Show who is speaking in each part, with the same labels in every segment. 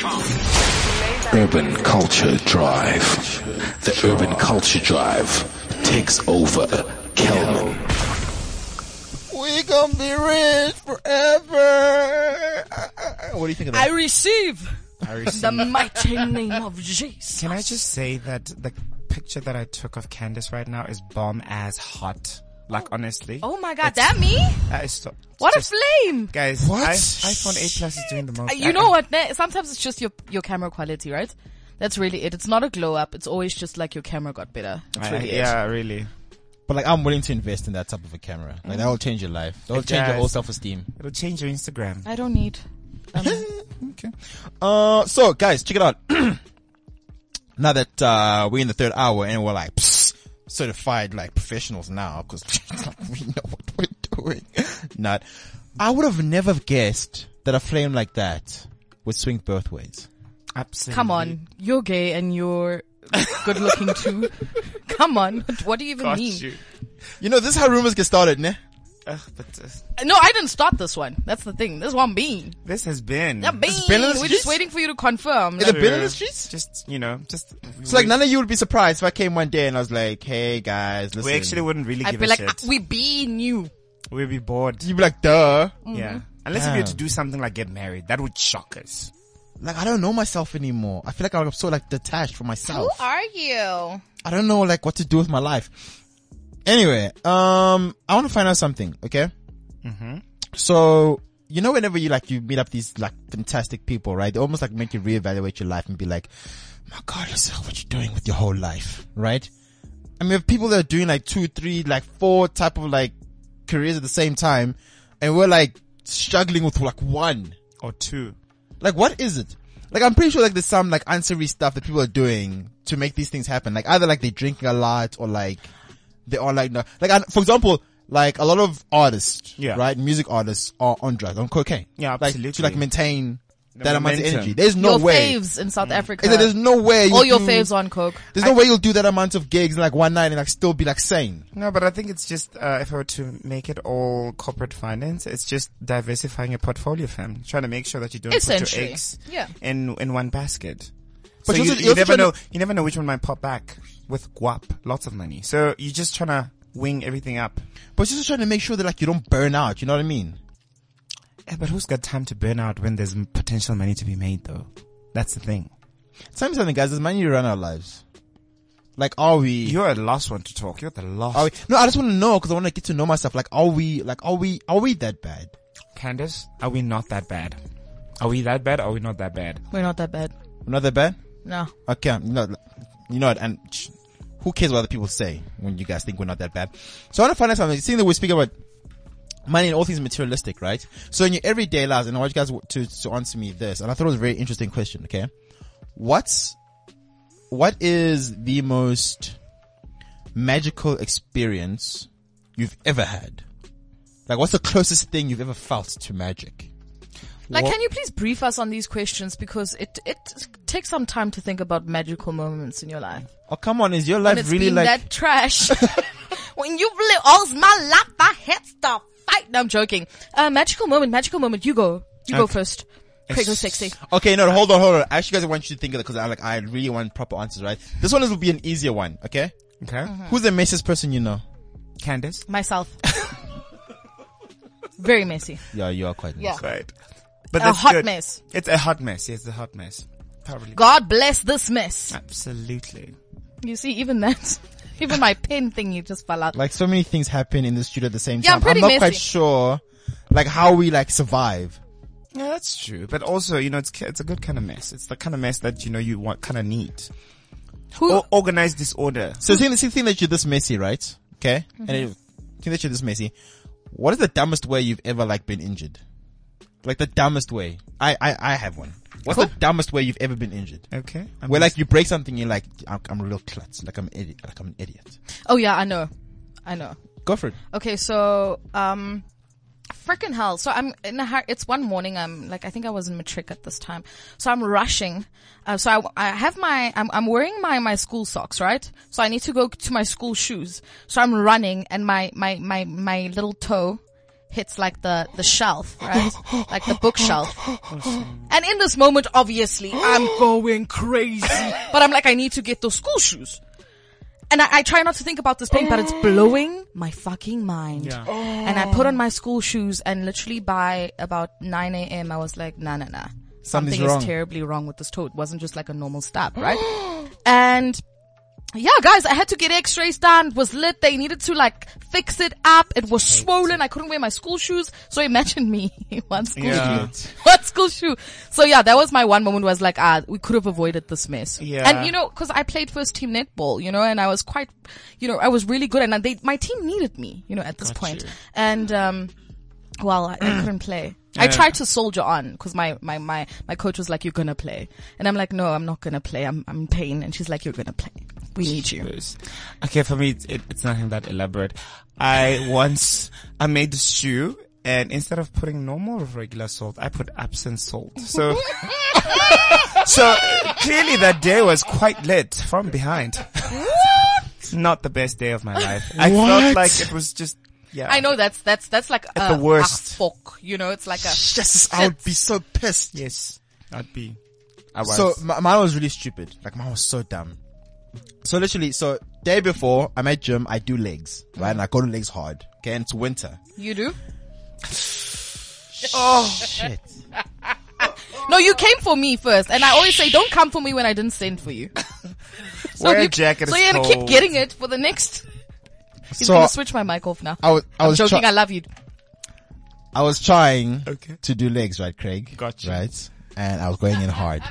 Speaker 1: CliffCentral.com.
Speaker 2: Urban Culture Drive. The Urban Culture Drive takes over Kelman.
Speaker 3: We gonna be rich forever. What do you think of
Speaker 4: I
Speaker 3: that?
Speaker 4: receive
Speaker 3: I receive.
Speaker 4: the mighty name of Jesus.
Speaker 5: Can I just say that the picture that I took of Candace right now is bomb as hot. Like honestly,
Speaker 4: Oh my god, that me?
Speaker 5: that is so.
Speaker 4: What
Speaker 5: just-
Speaker 4: a flame!
Speaker 5: guys!
Speaker 3: What?
Speaker 5: I, iPhone 8 Plus is doing the most.
Speaker 4: Uh, You know what? man? Sometimes it's just your your camera quality, right? That's really it. It's not a glow up. It's always just like your camera got better. That's
Speaker 5: I-
Speaker 4: really it.
Speaker 5: yeah, really.
Speaker 6: But like, I'm willing to invest in that type of a camera. Like, that will change your life. That will
Speaker 5: It
Speaker 6: change your
Speaker 5: does.
Speaker 6: whole self-esteem.
Speaker 5: It'll change your Instagram.
Speaker 4: I don't need.
Speaker 6: Okay. Uh, so guys, check it out. now that uh, we're in the third hour and we're like psst, certified like professionals now, because we know what we're doing. Not. I would have never guessed that a flame like that would swing both ways.
Speaker 5: Absolutely.
Speaker 4: Come on, you're gay and you're good looking too. Come on, what do you even
Speaker 5: Got
Speaker 4: mean?
Speaker 5: you.
Speaker 6: You know, this is how rumors get started, ne?
Speaker 5: Ugh, but uh,
Speaker 4: No, I didn't start this one. That's the thing. This one being.
Speaker 5: this has been
Speaker 4: That being.
Speaker 6: been in the
Speaker 4: We're just
Speaker 6: streets?
Speaker 4: waiting for you to confirm.
Speaker 6: Is it
Speaker 4: Like,
Speaker 6: been in the streets?
Speaker 5: just you know just.
Speaker 6: So like, none of you would be surprised if I came one day and I was like, "Hey guys, listen."
Speaker 5: we actually wouldn't really
Speaker 4: I'd
Speaker 5: give
Speaker 4: be
Speaker 5: a
Speaker 4: like,
Speaker 5: shit.
Speaker 4: "Ah, we be new.
Speaker 5: We'd be bored.
Speaker 6: You'd be like, "Duh."
Speaker 4: Mm-hmm.
Speaker 5: Yeah. Unless if we had to
Speaker 6: Damn.
Speaker 5: do something like get married, that would shock us.
Speaker 6: Like, I don't know myself anymore. I feel like I'm so like detached from myself.
Speaker 4: are you?
Speaker 6: I don't know like what to do with my life. Anyway, um, I want to find out something. Okay. Mm-hmm. So you know, whenever you like you meet up these like fantastic people, right? They almost like make you reevaluate your life and be like, my God, Lisa, what you doing with your whole life, right? I mean, we have people that are doing like two, three, like four type of like careers at the same time, and we're like struggling with like one.
Speaker 5: Or two.
Speaker 6: Like, what is it? Like, I'm pretty sure like there's some like unsavory stuff that people are doing to make these things happen. Like, either like they're drinking a lot or like they are like, no. like, I- for example, like a lot of artists,
Speaker 5: Yeah.
Speaker 6: right? Music artists are on drugs, on cocaine.
Speaker 5: Yeah,
Speaker 6: Like, to
Speaker 5: absolutely.
Speaker 6: like maintain that amount of
Speaker 5: momentum.
Speaker 6: energy. There's no
Speaker 4: Your
Speaker 6: way. Mm.
Speaker 4: faves in South Africa.
Speaker 6: Is that There's no way. you
Speaker 4: All your
Speaker 6: do-
Speaker 4: faves on coke.
Speaker 6: There's no way you'll do that amount of gigs in like one night and like still be like sane.
Speaker 5: No, but I think it's just uh, if I were to make it all corporate finance, it's just diversifying your portfolio, fam. Trying to make sure that you don't put your
Speaker 4: Essentially.
Speaker 5: eggs
Speaker 4: Yeah.
Speaker 5: in in one basket.
Speaker 6: But
Speaker 5: so
Speaker 6: you're
Speaker 5: you,
Speaker 6: also-
Speaker 5: you
Speaker 6: you're also
Speaker 5: never
Speaker 6: trying
Speaker 5: know. You never know which one might pop back with guap, lots of money. So you're just trying to wing everything up.
Speaker 6: But just trying to make sure that like you don't burn out. You know what I mean?
Speaker 5: Eh, but who's got time to burn out when there's m- potential money to be made, though? That's the thing.
Speaker 6: Tell me something, guys. There's money to run our lives. Like, are we?
Speaker 5: You're the last one to talk. You're the last.
Speaker 6: Are we, no, I just want to know because I want to get to know myself. Like, are we, like, are we, are we that bad?
Speaker 5: Candace, are we not that bad? Are we that bad? Are we not that bad?
Speaker 4: We're not that bad.
Speaker 6: We're not that bad?
Speaker 4: No.
Speaker 6: Okay, I'm not, you know, what, and sh- who cares what other people say when you guys think we're not that bad? So I want to find out something. Seeing that we speak about money and all things materialistic, right? So in your everyday lives, and I want you guys w- to, to answer me this, and I thought it was a very interesting question, okay? What's, what is the most magical experience you've ever had? Like, what's the closest thing you've ever felt to magic?
Speaker 4: Like, can you please brief us on these questions because it it takes some time to think about magical moments in your life.
Speaker 6: Oh, come on, is your
Speaker 4: And
Speaker 6: life
Speaker 4: it's
Speaker 6: really
Speaker 4: been
Speaker 6: like,
Speaker 4: that trash. when you really all's my life, I had to fight. No, I'm joking. Uh, magical moment, magical moment. You go. You go
Speaker 5: Okay.
Speaker 4: first. Craig was sexy.
Speaker 6: Okay, no, hold on, hold on. I actually guys want you to think of it because I like I really want proper answers, right? This one is will be an easier one, okay?
Speaker 5: Okay.
Speaker 6: Who's the messiest person you know?
Speaker 5: Candace?
Speaker 4: Myself. Very messy.
Speaker 6: Yeah, you are quite
Speaker 4: Yeah.
Speaker 6: nice.
Speaker 5: Right. But
Speaker 4: A
Speaker 5: that's
Speaker 4: hot
Speaker 5: good.
Speaker 4: mess.
Speaker 5: It's a hot mess. Yes, a hot mess. Probably.
Speaker 4: God bless this mess.
Speaker 5: Absolutely.
Speaker 4: You see, even that, even my pen thingy just fell out.
Speaker 6: Like so many things happen in the studio at the same
Speaker 4: Yeah, I'm
Speaker 6: time.
Speaker 4: pretty
Speaker 6: I'm not
Speaker 4: messy.
Speaker 6: quite sure like how we like survive.
Speaker 5: Yeah, that's true. But also, you know, it's ki- it's a good kind of mess. It's the kind of mess that you know you want kind of need.
Speaker 4: Who?
Speaker 5: Or organized disorder.
Speaker 6: So seeing, seeing that you're this messy, right? Okay? And it, seeing that you're this messy, what is the dumbest way you've ever like been injured? Like the dumbest way. I I, I have one. What's the dumbest way you've ever been injured?
Speaker 5: Okay. I'm
Speaker 6: Where like you break something, you're like, I'm, I'm a real klutz. Like I'm an idiot. Like I'm an idiot.
Speaker 4: Oh yeah, I know. I know.
Speaker 6: Go for it.
Speaker 4: Okay, so um, freaking hell. So I'm in a hurry. It's one morning. I'm like, I think I was in matric at this time. So I'm rushing. Uh, so I, I have my, I'm, I'm wearing my my school socks, right? So I need to go to my school shoes. So I'm running, and my my my my little toe hits like the, the shelf, right? Like the bookshelf. And in this moment, obviously, I'm going crazy, but I'm like, I need to get those school shoes. And I, I try not to think about this pain, but it's blowing my fucking mind.
Speaker 5: Yeah.
Speaker 4: And I put on my school shoes and literally by about 9 a.m. I was like, nah, nah, nah.
Speaker 6: Something's
Speaker 4: Something
Speaker 6: wrong.
Speaker 4: is terribly wrong with this toe. It wasn't just like a normal stab, right? and yeah, guys, I had to get x-rays done. It was lit. They needed to like fix it up. It was swollen. I couldn't wear my school shoes. So imagine me. one school
Speaker 5: Yeah.
Speaker 4: shoe. One school shoe. So yeah, that was my one moment was like, ah, we could have avoided this mess.
Speaker 5: Yeah.
Speaker 4: And you know, cause I played first team netball, you know, and I was quite, you know, I was really good and they, my team needed me, you know, at this point. And, um, well, I, I couldn't play. I tried to soldier on because my, my, my, my coach was like, you're going to play. And I'm like, no, I'm not going to play. I'm, I'm in pain. And she's like, you're going to play. We need you.
Speaker 5: Yes. Okay, for me, it's, it, it's nothing that elaborate. I once, I made this shoe and instead of putting normal or regular salt, I put absent salt. So, so clearly that day was quite lit from behind. It's Not the best day of my life. I
Speaker 6: What?
Speaker 5: felt like it was just, yeah.
Speaker 4: I know that's, that's, that's like a,
Speaker 5: the worst.
Speaker 4: a fork, you know, it's like a,
Speaker 6: Yes, I would be so pissed.
Speaker 5: Yes. I'd be. I was.
Speaker 6: So my, mine was really stupid. Like mine was so dumb. So literally, so day before I'm at gym, I do legs, right? And I go to legs hard. Okay, and it's winter.
Speaker 4: you do?
Speaker 6: Oh, Shit.
Speaker 4: No, you came for me first. And I always say, don't come for me when I didn't send for you. so
Speaker 5: Wear a jacket,
Speaker 4: So
Speaker 5: it's
Speaker 4: you're going to keep
Speaker 5: cold.
Speaker 4: getting it for the next. He's
Speaker 6: So
Speaker 4: going to switch my mic off now.
Speaker 6: I was, I was,
Speaker 4: I'm joking.
Speaker 6: try-
Speaker 4: I love you.
Speaker 6: I was trying
Speaker 5: Okay.
Speaker 6: to do legs, right, Craig?
Speaker 5: Gotcha.
Speaker 6: Right? And I was going in hard.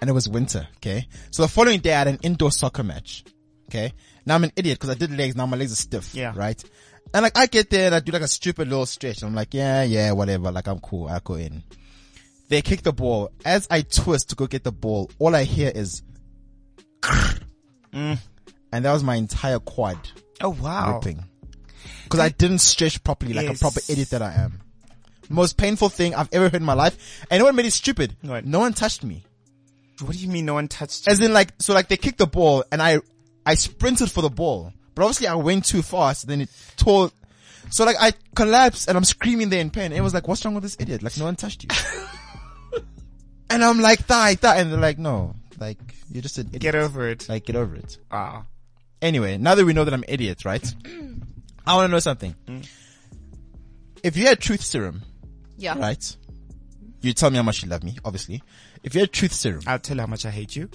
Speaker 6: And it was winter, okay? So the following day I had an indoor soccer match, okay? Now I'm an idiot because I did legs, now my legs are stiff,
Speaker 5: Yeah.
Speaker 6: right? And like I get there and I do like a stupid little stretch and I'm like, yeah, yeah, whatever, like I'm cool, I'll go in. They kick the ball. As I twist to go get the ball, all I hear is,
Speaker 5: Mm.
Speaker 6: and that was my entire quad
Speaker 5: oh wow.
Speaker 6: ripping. Because I didn't stretch properly like
Speaker 5: Yes.
Speaker 6: a proper idiot that I am. Most painful thing I've ever heard in my life. And no one made it stupid.
Speaker 5: What?
Speaker 6: No one touched me.
Speaker 5: What do you mean no one touched you?
Speaker 6: As in like, so like they kicked the ball and I, I sprinted for the ball. But obviously I went too fast then it tore. So like I collapsed and I'm screaming there in pain. It was like, what's wrong with this idiot? Like no one touched you. and I'm like, thigh, thigh. And they're like, no, like you're just an idiot.
Speaker 5: Get over it.
Speaker 6: like get over it.
Speaker 5: Wow.
Speaker 6: Anyway, now that we know that I'm an idiot, right? I want to know something.
Speaker 5: Hmm.
Speaker 6: If you had truth serum,
Speaker 4: Yeah.
Speaker 6: right? You tell me how much you love me, obviously. If you had truth serum
Speaker 5: I'll tell you how much I hate you.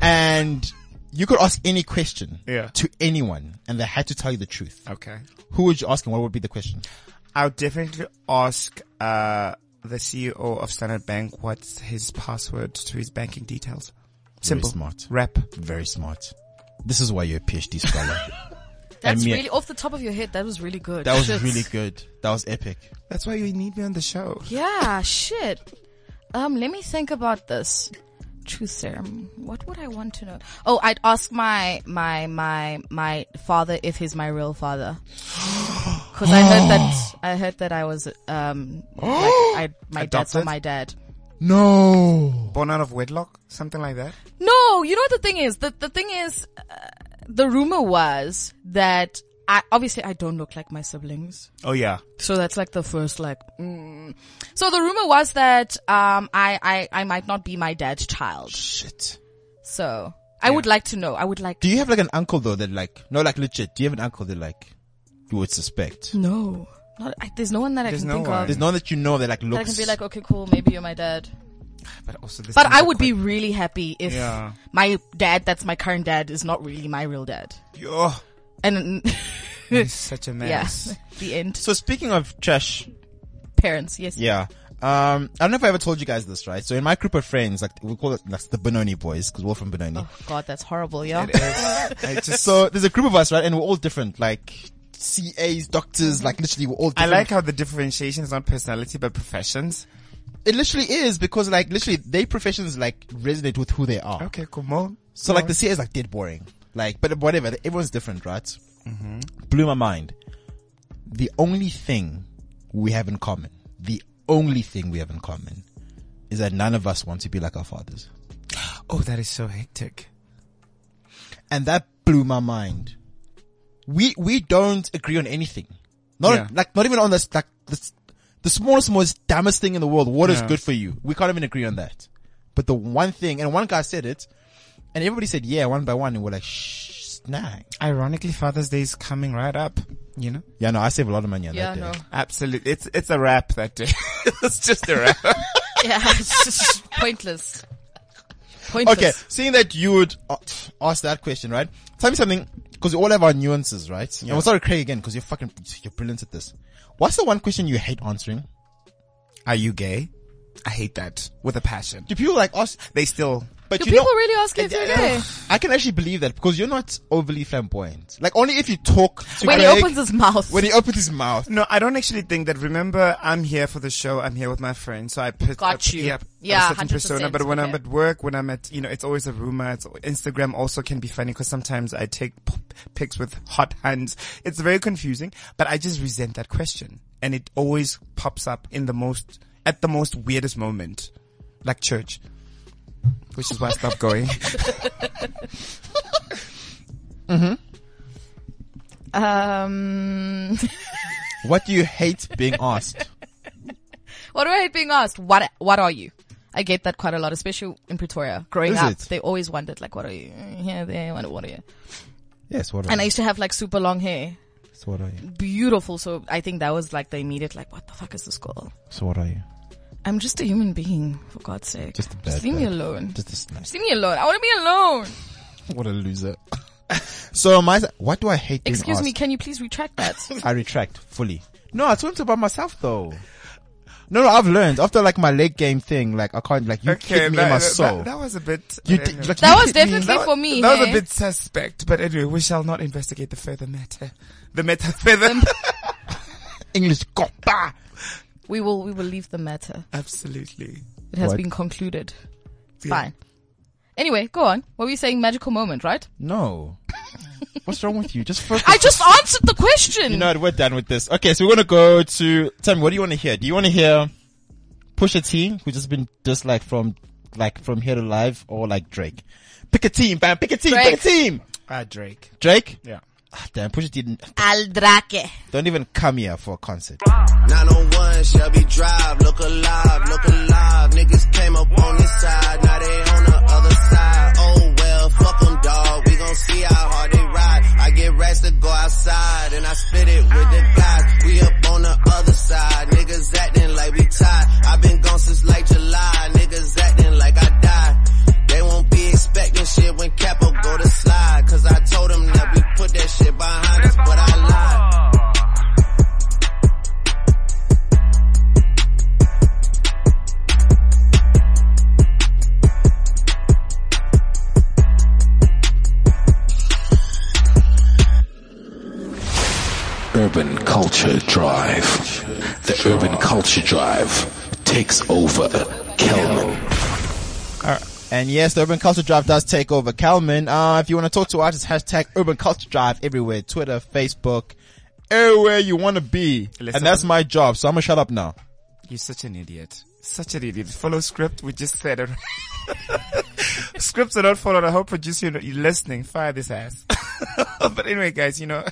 Speaker 6: and you could ask any question
Speaker 5: Yeah.
Speaker 6: to anyone and they had to tell you the truth,
Speaker 5: Okay.
Speaker 6: who would you ask and what would be the question?
Speaker 5: I would definitely ask uh, the CEO of Standard Bank what's his password to his banking details. Simple.
Speaker 6: smart.
Speaker 5: Rap.
Speaker 6: Very smart. This is why you're a PhD scholar.
Speaker 4: That's
Speaker 6: And me-
Speaker 4: really off the top of your head. That was really good.
Speaker 6: that was
Speaker 4: Shit.
Speaker 6: really good. That was epic.
Speaker 5: That's why you need me on the show.
Speaker 4: Yeah, shit. Um, let me think about this. Truth serum. What would I want to know? Oh, I'd ask my my my my father if he's my real father. Because I heard that I heard that I was um like I my dad's not
Speaker 5: Adopted?
Speaker 4: my dad.
Speaker 6: No.
Speaker 5: Born out of wedlock, something like that.
Speaker 4: No, you know what the thing is? The, the thing is, uh, the rumor was that I, obviously I don't look like my siblings.
Speaker 5: Oh yeah.
Speaker 4: So that's like the first like. Mm. So the rumor was that um I I I might not be my dad's child.
Speaker 6: Shit.
Speaker 4: So I would like to know. I would like
Speaker 6: Do you have like an uncle though that like, no, like legit, do you have an uncle that like you would suspect?
Speaker 4: to know. Not, I, there's no one that
Speaker 5: There's
Speaker 4: I can
Speaker 5: no
Speaker 4: think
Speaker 5: one.
Speaker 4: of.
Speaker 6: There's none that you know that like
Speaker 4: That I
Speaker 6: looks.
Speaker 4: can be like, okay, cool, maybe you're my dad.
Speaker 5: But also this.
Speaker 4: But
Speaker 5: seems
Speaker 4: I
Speaker 5: a
Speaker 4: would be
Speaker 5: quick-
Speaker 4: really happy if
Speaker 5: Yeah.
Speaker 4: my dad, that's my current dad, is not really my real dad.
Speaker 5: Yo,
Speaker 4: And
Speaker 5: he's such a
Speaker 4: yeah,
Speaker 5: mess.
Speaker 4: the end.
Speaker 6: so speaking of trash,
Speaker 4: Parents, yes.
Speaker 6: yeah. Um, I don't know if I ever told you guys this, right? So in my group of friends, like we call it like the Benoni boys because we're all from Benoni.
Speaker 4: Oh God, that's horrible, yeah.
Speaker 5: It is. I just.
Speaker 6: So there's a group of us, right? And we're all different, like CAs, doctors, like literally we're all.
Speaker 5: I
Speaker 6: Different.
Speaker 5: like how the differentiation is not personality but professions.
Speaker 6: it. Literally is because like literally their professions like resonate with who they are.
Speaker 5: Okay, cool. More.
Speaker 6: So like the CA is like dead boring. Like, but whatever. Everyone's different, right?
Speaker 5: Mm-hmm.
Speaker 6: Blew my mind. The only thing we have in common, the only thing we have in common is that none of us want to be like our fathers.
Speaker 5: Oh, that is so hectic.
Speaker 6: And that blew my mind. We, we don't agree on anything. Not
Speaker 5: Yeah.
Speaker 6: like not even on this like this, the smallest, most dumbest thing in the world. Water is
Speaker 5: Yeah.
Speaker 6: good for you. We can't even agree on that. But the one thing, and one guy said it, and everybody said yeah, one by one, and we're like, shh, snag.
Speaker 5: Ironically, Father's Day is coming right up. You know,
Speaker 6: Yeah, no, I save a lot of money on
Speaker 4: Yeah,
Speaker 6: that
Speaker 4: no.
Speaker 6: day.
Speaker 5: absolutely. It's it's a wrap that day. it's just a wrap.
Speaker 4: Yeah, it's just pointless. Pointless.
Speaker 6: Okay, seeing that you would uh, ask that question, right? Tell me something, because we all have our nuances, right? And we'll start with Craig again, because you're fucking, you're brilliant at this. What's the one question you hate answering?
Speaker 5: Are you gay? I hate that with a passion.
Speaker 6: Do people like ask?
Speaker 5: They still.
Speaker 6: But
Speaker 4: Do
Speaker 6: you
Speaker 4: people
Speaker 6: know,
Speaker 4: really ask if you're gay?
Speaker 6: I can actually believe that because you're not overly flamboyant. Like only if you talk to
Speaker 4: When he
Speaker 6: Craig-
Speaker 4: opens his mouth.
Speaker 6: when he opens his mouth.
Speaker 5: No, I don't actually think that. Remember, I'm here for the show. I'm here with my friends, so I put
Speaker 4: Got
Speaker 5: I-
Speaker 4: you.
Speaker 5: Yeah,
Speaker 4: Yeah,
Speaker 5: a certain
Speaker 4: 100%,
Speaker 5: persona. But when I'm
Speaker 4: okay.
Speaker 5: at work, when I'm at, you know, it's always a rumor. It's Instagram also can be funny because sometimes I take p- pics with hot hands. It's very confusing, but I just resent that question, and it always pops up in the most at the most weirdest moment, like church, which is why I stopped going.
Speaker 4: um,
Speaker 6: What do you hate being asked?
Speaker 4: what do I hate being asked? What What are you? I get that quite a lot, especially in Pretoria. Growing
Speaker 6: Is
Speaker 4: up,
Speaker 6: it?
Speaker 4: they always wondered, like, what are you? Here, there, what, what are you?
Speaker 6: yes, what? Are
Speaker 4: And I
Speaker 6: you?
Speaker 4: used to have like super long hair,
Speaker 6: So what are you?
Speaker 4: beautiful. So I think that was like the immediate, like, what the fuck is this girl?
Speaker 6: So what are you?
Speaker 4: I'm just a human being, for God's sake.
Speaker 6: Just a bad
Speaker 4: leave me
Speaker 6: guy.
Speaker 4: alone.
Speaker 6: Just a snack.
Speaker 4: Just leave me alone. I want to be alone.
Speaker 6: What a loser. so my, what do I hate being
Speaker 4: Excuse
Speaker 6: asked?
Speaker 4: me, can you please retract that?
Speaker 6: I retract fully. No, I told him about myself though. No, no, I've learned after like my late game thing, like I can't like you hit me in my
Speaker 5: that,
Speaker 6: soul.
Speaker 5: that- that was a bit.
Speaker 6: you
Speaker 5: I
Speaker 6: did-
Speaker 5: don't know.
Speaker 6: like,
Speaker 4: That
Speaker 6: you
Speaker 4: was
Speaker 6: hit me.
Speaker 4: definitely for me.
Speaker 5: That was
Speaker 4: hey?
Speaker 5: a bit suspect, but anyway, we shall not investigate the further matter. The matter further.
Speaker 6: English copper.
Speaker 4: We will, we will leave the matter.
Speaker 5: Absolutely.
Speaker 4: It has
Speaker 6: What?
Speaker 4: been concluded.
Speaker 5: Yeah.
Speaker 4: Fine. Anyway, go on. What were you saying? Magical moment, right?
Speaker 6: No, what's wrong with you? Just focus.
Speaker 4: I just answered the question.
Speaker 6: You know what? We're done with this. Okay, so we're gonna go to. Tell me, what do you want to hear? Do you want to hear Pusha T, who's just been just like from like from here to live, or like Drake? Pick a team, bam. Pick a team. Pick
Speaker 4: Drake.
Speaker 6: a team.
Speaker 5: Ah, Drake.
Speaker 6: Drake.
Speaker 5: Yeah.
Speaker 6: Ah, damn, Pusha T didn't.
Speaker 4: Al Drake.
Speaker 6: Don't even come here for a concert.
Speaker 7: 901 Shelby Drive, look alive, look alive. Niggas came up on this side, now they on the other side. Oh well, fuck 'em, dog. We gon' see how hard they ride. I get rats to go outside, and I spit it with the guys. We up on the other side, niggas acting like we tied. i been gone since like July, niggas acting like I died. They won't be expecting shit when Capo go to slide. Cause I told them that we put that shit behind us, but I lied.
Speaker 2: Urban Culture Drive. The Urban Culture Drive takes over Kelman.
Speaker 6: And yes, the Urban Culture Drive does take over. Calman, uh, if you want to talk to us, it's hashtag Urban Culture Drive everywhere. Twitter, Facebook, everywhere you want to be.
Speaker 5: Let's
Speaker 6: and that's
Speaker 5: open-
Speaker 6: my job, so I'm gonna shut up now.
Speaker 5: You're such an idiot. Such an idiot. Follow script. We just said it. Scripts are not followed. I hope producer you're not- you're listening. Fire this ass. but anyway, guys, you know,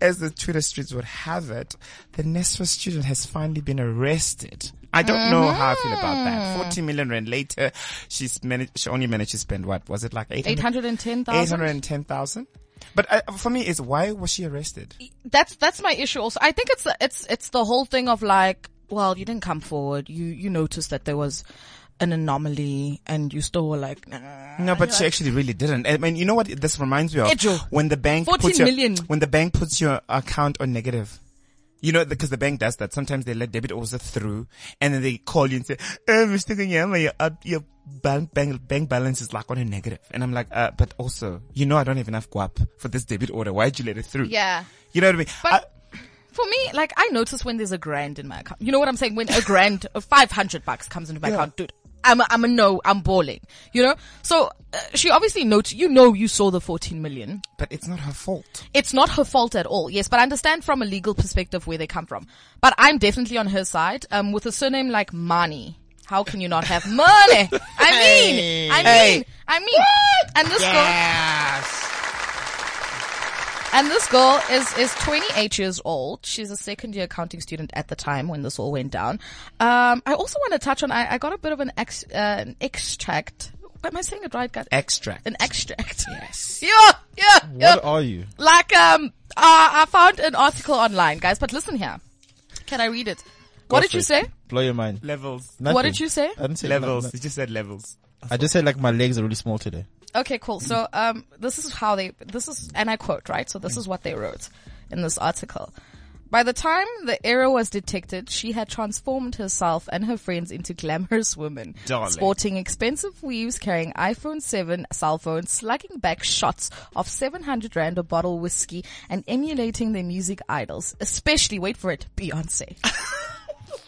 Speaker 5: as the Twitter streets would have it, the Nestor student has finally been arrested. I don't know how I feel about that.
Speaker 4: Mm-hmm.
Speaker 5: 40 million rand later, she's managed, she only managed to spend what? Was it like 800?
Speaker 4: 810,000.
Speaker 5: 810,000? But uh, for me, is why was she arrested?
Speaker 4: That's, that's my issue also. I think it's, it's, it's the whole thing of like, well, you didn't come forward. You, you noticed that there was an anomaly and you still were like, nah.
Speaker 5: No, but she actually really didn't. I mean, you know what this reminds me of?
Speaker 4: Ejo.
Speaker 5: When the bank
Speaker 4: 14
Speaker 5: puts your,
Speaker 4: million.
Speaker 5: when the bank puts your account on negative. You know, because the bank does that. Sometimes they let debit also through and then they call you and say, oh, Mr. Kanyama, your, uh, your bank, bank, bank balance is like on a negative. And I'm like, uh, but also, you know, I don't have enough guap for this debit order. Why'd you let it through?
Speaker 4: Yeah.
Speaker 5: You know what I mean? Uh,
Speaker 4: But- For me, like, I notice when there's a grand in my account. You know what I'm saying? When a grand, uh, 500 bucks comes into my
Speaker 5: Yeah.
Speaker 4: account, dude. I'm a, I'm a no, I'm balling, you know? So, uh, she obviously notes, you know you saw the 14 million.
Speaker 5: I- but it's not her fault.
Speaker 4: it's not her fault at all. Yes, but I understand from a legal perspective where they come from. But I'm definitely on her side. Um, with a surname like Mani, how can you not have money? I mean, I mean, I mean, and this girl, And this girl is, is 28 years old. She's a second year accounting student at the time when this all went down. Um, I also want to touch on, I, I got a bit of an ex, uh, an extract. Am I saying it right, guys?
Speaker 5: Extract.
Speaker 4: an extract. Yes. yeah, yeah, yeah.
Speaker 6: What are you?
Speaker 4: Like, um, uh, I found an article online, guys, but listen here. Can I read it? What
Speaker 6: Go
Speaker 4: did
Speaker 6: for
Speaker 4: you
Speaker 6: it.
Speaker 4: say?
Speaker 6: Blow your mind.
Speaker 5: levels.
Speaker 6: Nothing.
Speaker 4: What did you say?
Speaker 6: I didn't say
Speaker 5: Levels.
Speaker 6: nothing.
Speaker 5: You just said levels.
Speaker 6: I just said like my legs are really small today.
Speaker 4: Okay, cool. So, um, this is how they, this is, and I quote, right? So this is what they wrote in this article. By the time the error was detected, she had transformed herself and her friends into glamorous women,
Speaker 5: Darling.
Speaker 4: sporting expensive weaves, carrying iPhone 7 cell phones, slugging back shots of 700 rand a bottle whiskey, and emulating their music idols, especially, wait for it, Beyonce.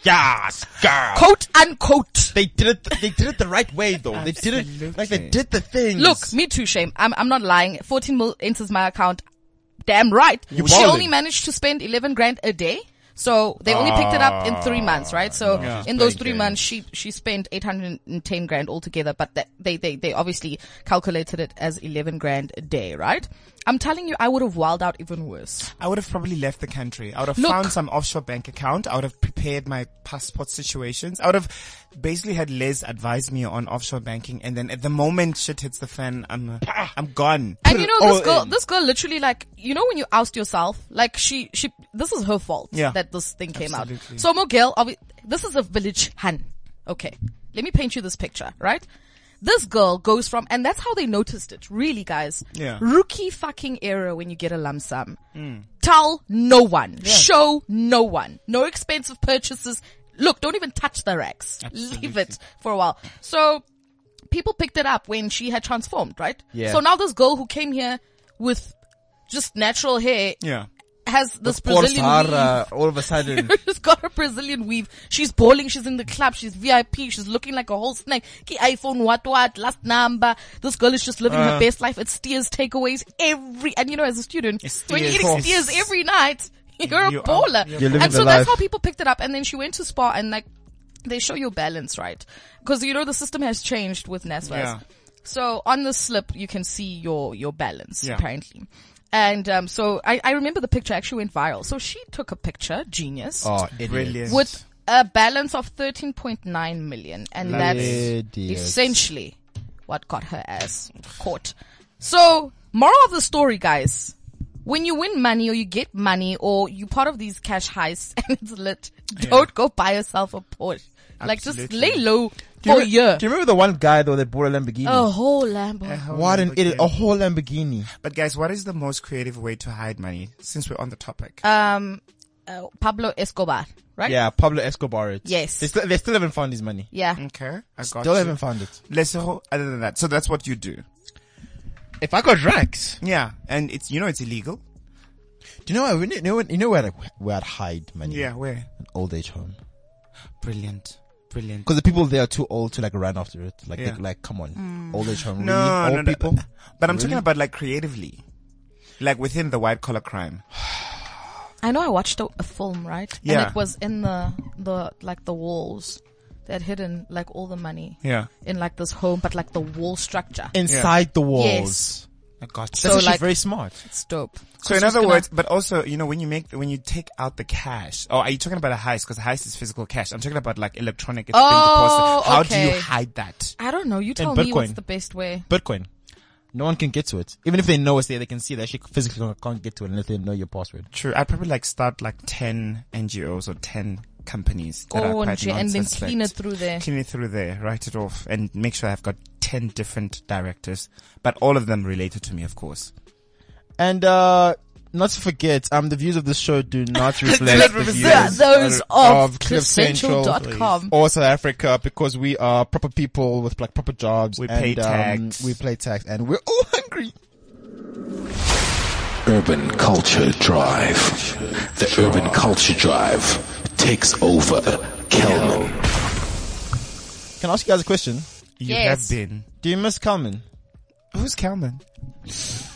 Speaker 6: Yes, girl.
Speaker 4: quote unquote.
Speaker 6: They did it. They did it the right way, though. They did it like they did the thing.
Speaker 4: Look, me too, Shame. I'm, I'm not lying. 14 mil enters my account. Damn right.
Speaker 6: You're
Speaker 4: she
Speaker 6: balling.
Speaker 4: only managed to spend 11 grand a day. So they only picked it up in three months, right? So in those three months, she, she spent 810 grand altogether, but that, they, they, they obviously calculated it as 11 grand a day, right? I'm telling you, I would have wilded out even worse.
Speaker 5: I would have probably left the country. I would have
Speaker 4: Look.
Speaker 5: found some offshore bank account. I would have prepared my passport situations. I would have basically had Les advise me on offshore banking. And then at the moment shit hits the fan, I'm, I'm gone.
Speaker 4: And you know, this girl,
Speaker 5: in.
Speaker 4: this girl literally like, you know, when you oust yourself, like she, she, this is her fault
Speaker 5: Yeah.
Speaker 4: that this thing came
Speaker 5: Absolutely.
Speaker 4: out. So Mogel, obvi- this is a village Han. Okay. Let me paint you this picture, right? This girl goes from, and that's how they noticed it, really guys.
Speaker 5: Yeah.
Speaker 4: Rookie fucking error when you get a lump sum. Tell no one. Show no one. No expensive purchases. Look, don't even touch the racks. Leave it for a while. So people picked it up when she had transformed, right?
Speaker 6: Yeah.
Speaker 4: So now this girl who came here with just natural hair
Speaker 5: yeah.
Speaker 4: has this
Speaker 6: Poor
Speaker 4: Brazilian weave.
Speaker 6: Sahara, all of a sudden.
Speaker 4: she's got her Brazilian weave. She's bowling. She's in the club. She's VIP. She's looking like a whole snake. Key iPhone, what what, last number. This girl is just living
Speaker 5: Uh.
Speaker 4: her best life. It's steers, takeaways, every, and you know, as a student,
Speaker 5: It's
Speaker 4: when you're
Speaker 5: steers.
Speaker 4: eating
Speaker 5: Yes.
Speaker 4: steers every night, you're
Speaker 5: You
Speaker 4: a
Speaker 5: are-
Speaker 4: baller.
Speaker 5: you're
Speaker 6: living
Speaker 4: and so
Speaker 6: the
Speaker 4: that's
Speaker 6: life.
Speaker 4: how people picked it up. And then she went to spa and like, they show you balance, right? Cause you know, the system has changed with NASFAS.
Speaker 5: Yeah.
Speaker 4: So on the slip, you can see your, your balance
Speaker 5: Yeah.
Speaker 4: apparently. And, um, so I, I remember the picture actually went viral. So she took a picture, genius
Speaker 6: Oh, idiot.
Speaker 5: Brilliant.
Speaker 4: with a balance of 13.9 million and that's
Speaker 6: Idiots.
Speaker 4: essentially what got her ass caught so moral of the story guys when you win money or you get money or you part of these cash heists and it's lit don't go buy yourself a porsche like just
Speaker 5: Absolutely.
Speaker 4: lay low
Speaker 6: Do you
Speaker 4: for a
Speaker 6: re-
Speaker 4: year
Speaker 6: Do you remember the one guy though that bought a Lamborghini?
Speaker 4: a whole lambo
Speaker 6: What an idiot! A whole Lamborghini.
Speaker 5: But guys, what is the most creative way to hide money since we're on the topic?
Speaker 4: um uh, pablo escobar right
Speaker 6: Yeah, Pablo Escobar. It.
Speaker 4: Yes.
Speaker 6: They still, they still haven't found his money.
Speaker 4: yeah
Speaker 5: okay. I got
Speaker 6: Still
Speaker 5: you.
Speaker 6: haven't found it.
Speaker 5: Let's go other than that. So that's what you do.
Speaker 6: If I got racks,
Speaker 5: Yeah. And it's, you know, it's illegal.
Speaker 6: do you know? what- You know, you know where I'd- where I'd hide money?
Speaker 5: Yeah. Where?
Speaker 6: an old age home
Speaker 5: Brilliant. Brilliant.
Speaker 6: because the people there are too old to like run after it. Like,
Speaker 5: Yeah. Mm.
Speaker 6: they, like come on, old age home.
Speaker 5: No,
Speaker 6: really?
Speaker 5: no,
Speaker 6: old
Speaker 5: no.
Speaker 6: people.
Speaker 5: But, I'm talking about like creatively. Like within the white collar crime.
Speaker 4: I know I watched a, a film, right? And
Speaker 5: Yeah.
Speaker 4: it was in the the like the walls. They had hidden like all the money.
Speaker 5: Yeah.
Speaker 4: In like this home, but like the wall structure.
Speaker 6: Inside the walls.
Speaker 4: Yes.
Speaker 5: I got
Speaker 4: So,
Speaker 6: That's actually
Speaker 4: like-
Speaker 6: very smart.
Speaker 4: It's dope.
Speaker 5: So in other words, but also, you know, when you make, when you take out the cash, or are you talking about a heist? Cause a heist is physical cash. I'm talking about like electronic. It's
Speaker 4: Oh,
Speaker 5: How do
Speaker 4: okay.
Speaker 5: you hide that?
Speaker 4: I don't know. You tell me what's
Speaker 6: Bitcoin.
Speaker 4: the best way.
Speaker 6: Bitcoin. No one can get to it. Even if they know it's there, they can see that she physically can't get to it unless they know your password.
Speaker 5: True. I'd probably like start like 10 NGOs or 10 companies that
Speaker 4: Go
Speaker 5: are
Speaker 4: on,
Speaker 5: quite
Speaker 4: Jay, and then
Speaker 5: non-suspect.
Speaker 4: clean it through there.
Speaker 5: Clean it through there, write it off, and make sure I've got 10 different directors, but all of them related to me, of course.
Speaker 6: And, uh, not to forget, um, the views of this show do not reflect the views
Speaker 4: Yeah, those of,
Speaker 6: of Cliff Central.
Speaker 4: CliffCentral.com.
Speaker 6: or South Africa because we are proper people with like proper jobs.
Speaker 5: We
Speaker 6: and,
Speaker 5: pay
Speaker 6: um,
Speaker 5: tax.
Speaker 6: we play tax and we're all hungry.
Speaker 2: Urban Culture Drive. The Urban Culture Drive takes over Kelman.
Speaker 6: Can I ask you guys a question?
Speaker 5: You
Speaker 4: Yes.
Speaker 5: have been.
Speaker 6: Do you miss Carmen?
Speaker 5: Who's Kalman?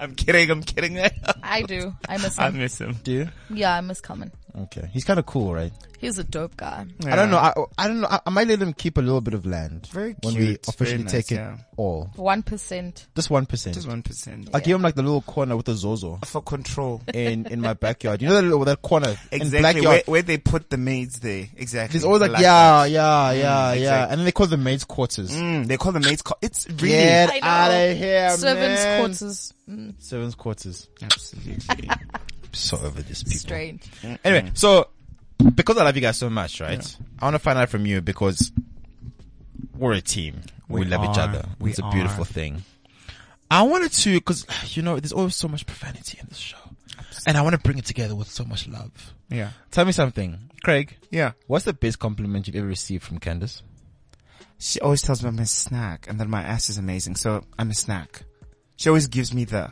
Speaker 5: I'm kidding, I'm kidding.
Speaker 4: I do. I miss
Speaker 5: I
Speaker 4: him.
Speaker 5: miss him.
Speaker 6: Do you?
Speaker 4: yeah, I miss Common.
Speaker 6: Okay. He's kind of cool, right?
Speaker 4: He's a dope guy.
Speaker 6: I don't know. I, I don't know. I, I might let him keep a little bit of land
Speaker 5: Very
Speaker 6: when we
Speaker 5: cute.
Speaker 6: officially
Speaker 5: Very nice,
Speaker 6: take it
Speaker 5: yeah.
Speaker 6: all.
Speaker 4: One percent.
Speaker 6: Just one percent.
Speaker 5: Just one percent
Speaker 6: I gave him like the little corner with the zozo
Speaker 5: for control.
Speaker 6: in in my backyard. You know that little that corner in
Speaker 5: Exactly
Speaker 6: backyard.
Speaker 5: where, where they put the maids there. Exactly.
Speaker 6: It's always
Speaker 5: I
Speaker 6: like, yeah,
Speaker 5: that.
Speaker 6: yeah, yeah,
Speaker 5: Mm,
Speaker 6: yeah,
Speaker 5: exactly.
Speaker 6: and then they call the maids quarters.
Speaker 5: Mm, they call the maids. Co- it's really
Speaker 6: Get
Speaker 4: I know.
Speaker 6: out of here,
Speaker 4: Servants'
Speaker 6: man.
Speaker 4: quarters. Mm,
Speaker 6: Servants quarters.
Speaker 5: absolutely.
Speaker 6: So over this people.
Speaker 4: strange.
Speaker 6: Anyway,
Speaker 5: Mm.
Speaker 6: so because I love you guys so much, right? I want to find out from you because we're a team. We,
Speaker 5: We
Speaker 6: love each
Speaker 5: are.
Speaker 6: other.
Speaker 5: We
Speaker 6: it's a beautiful
Speaker 5: are.
Speaker 6: thing. I wanted to, because you know, there's always so much profanity in this show, and I want to bring it together with so much love.
Speaker 5: yeah.
Speaker 6: Tell me something, Craig.
Speaker 5: Yeah.
Speaker 6: What's the best compliment you've ever received from Candace?
Speaker 5: She always tells me I'm a snack and that my ass is amazing. So I'm a snack. She always gives me the,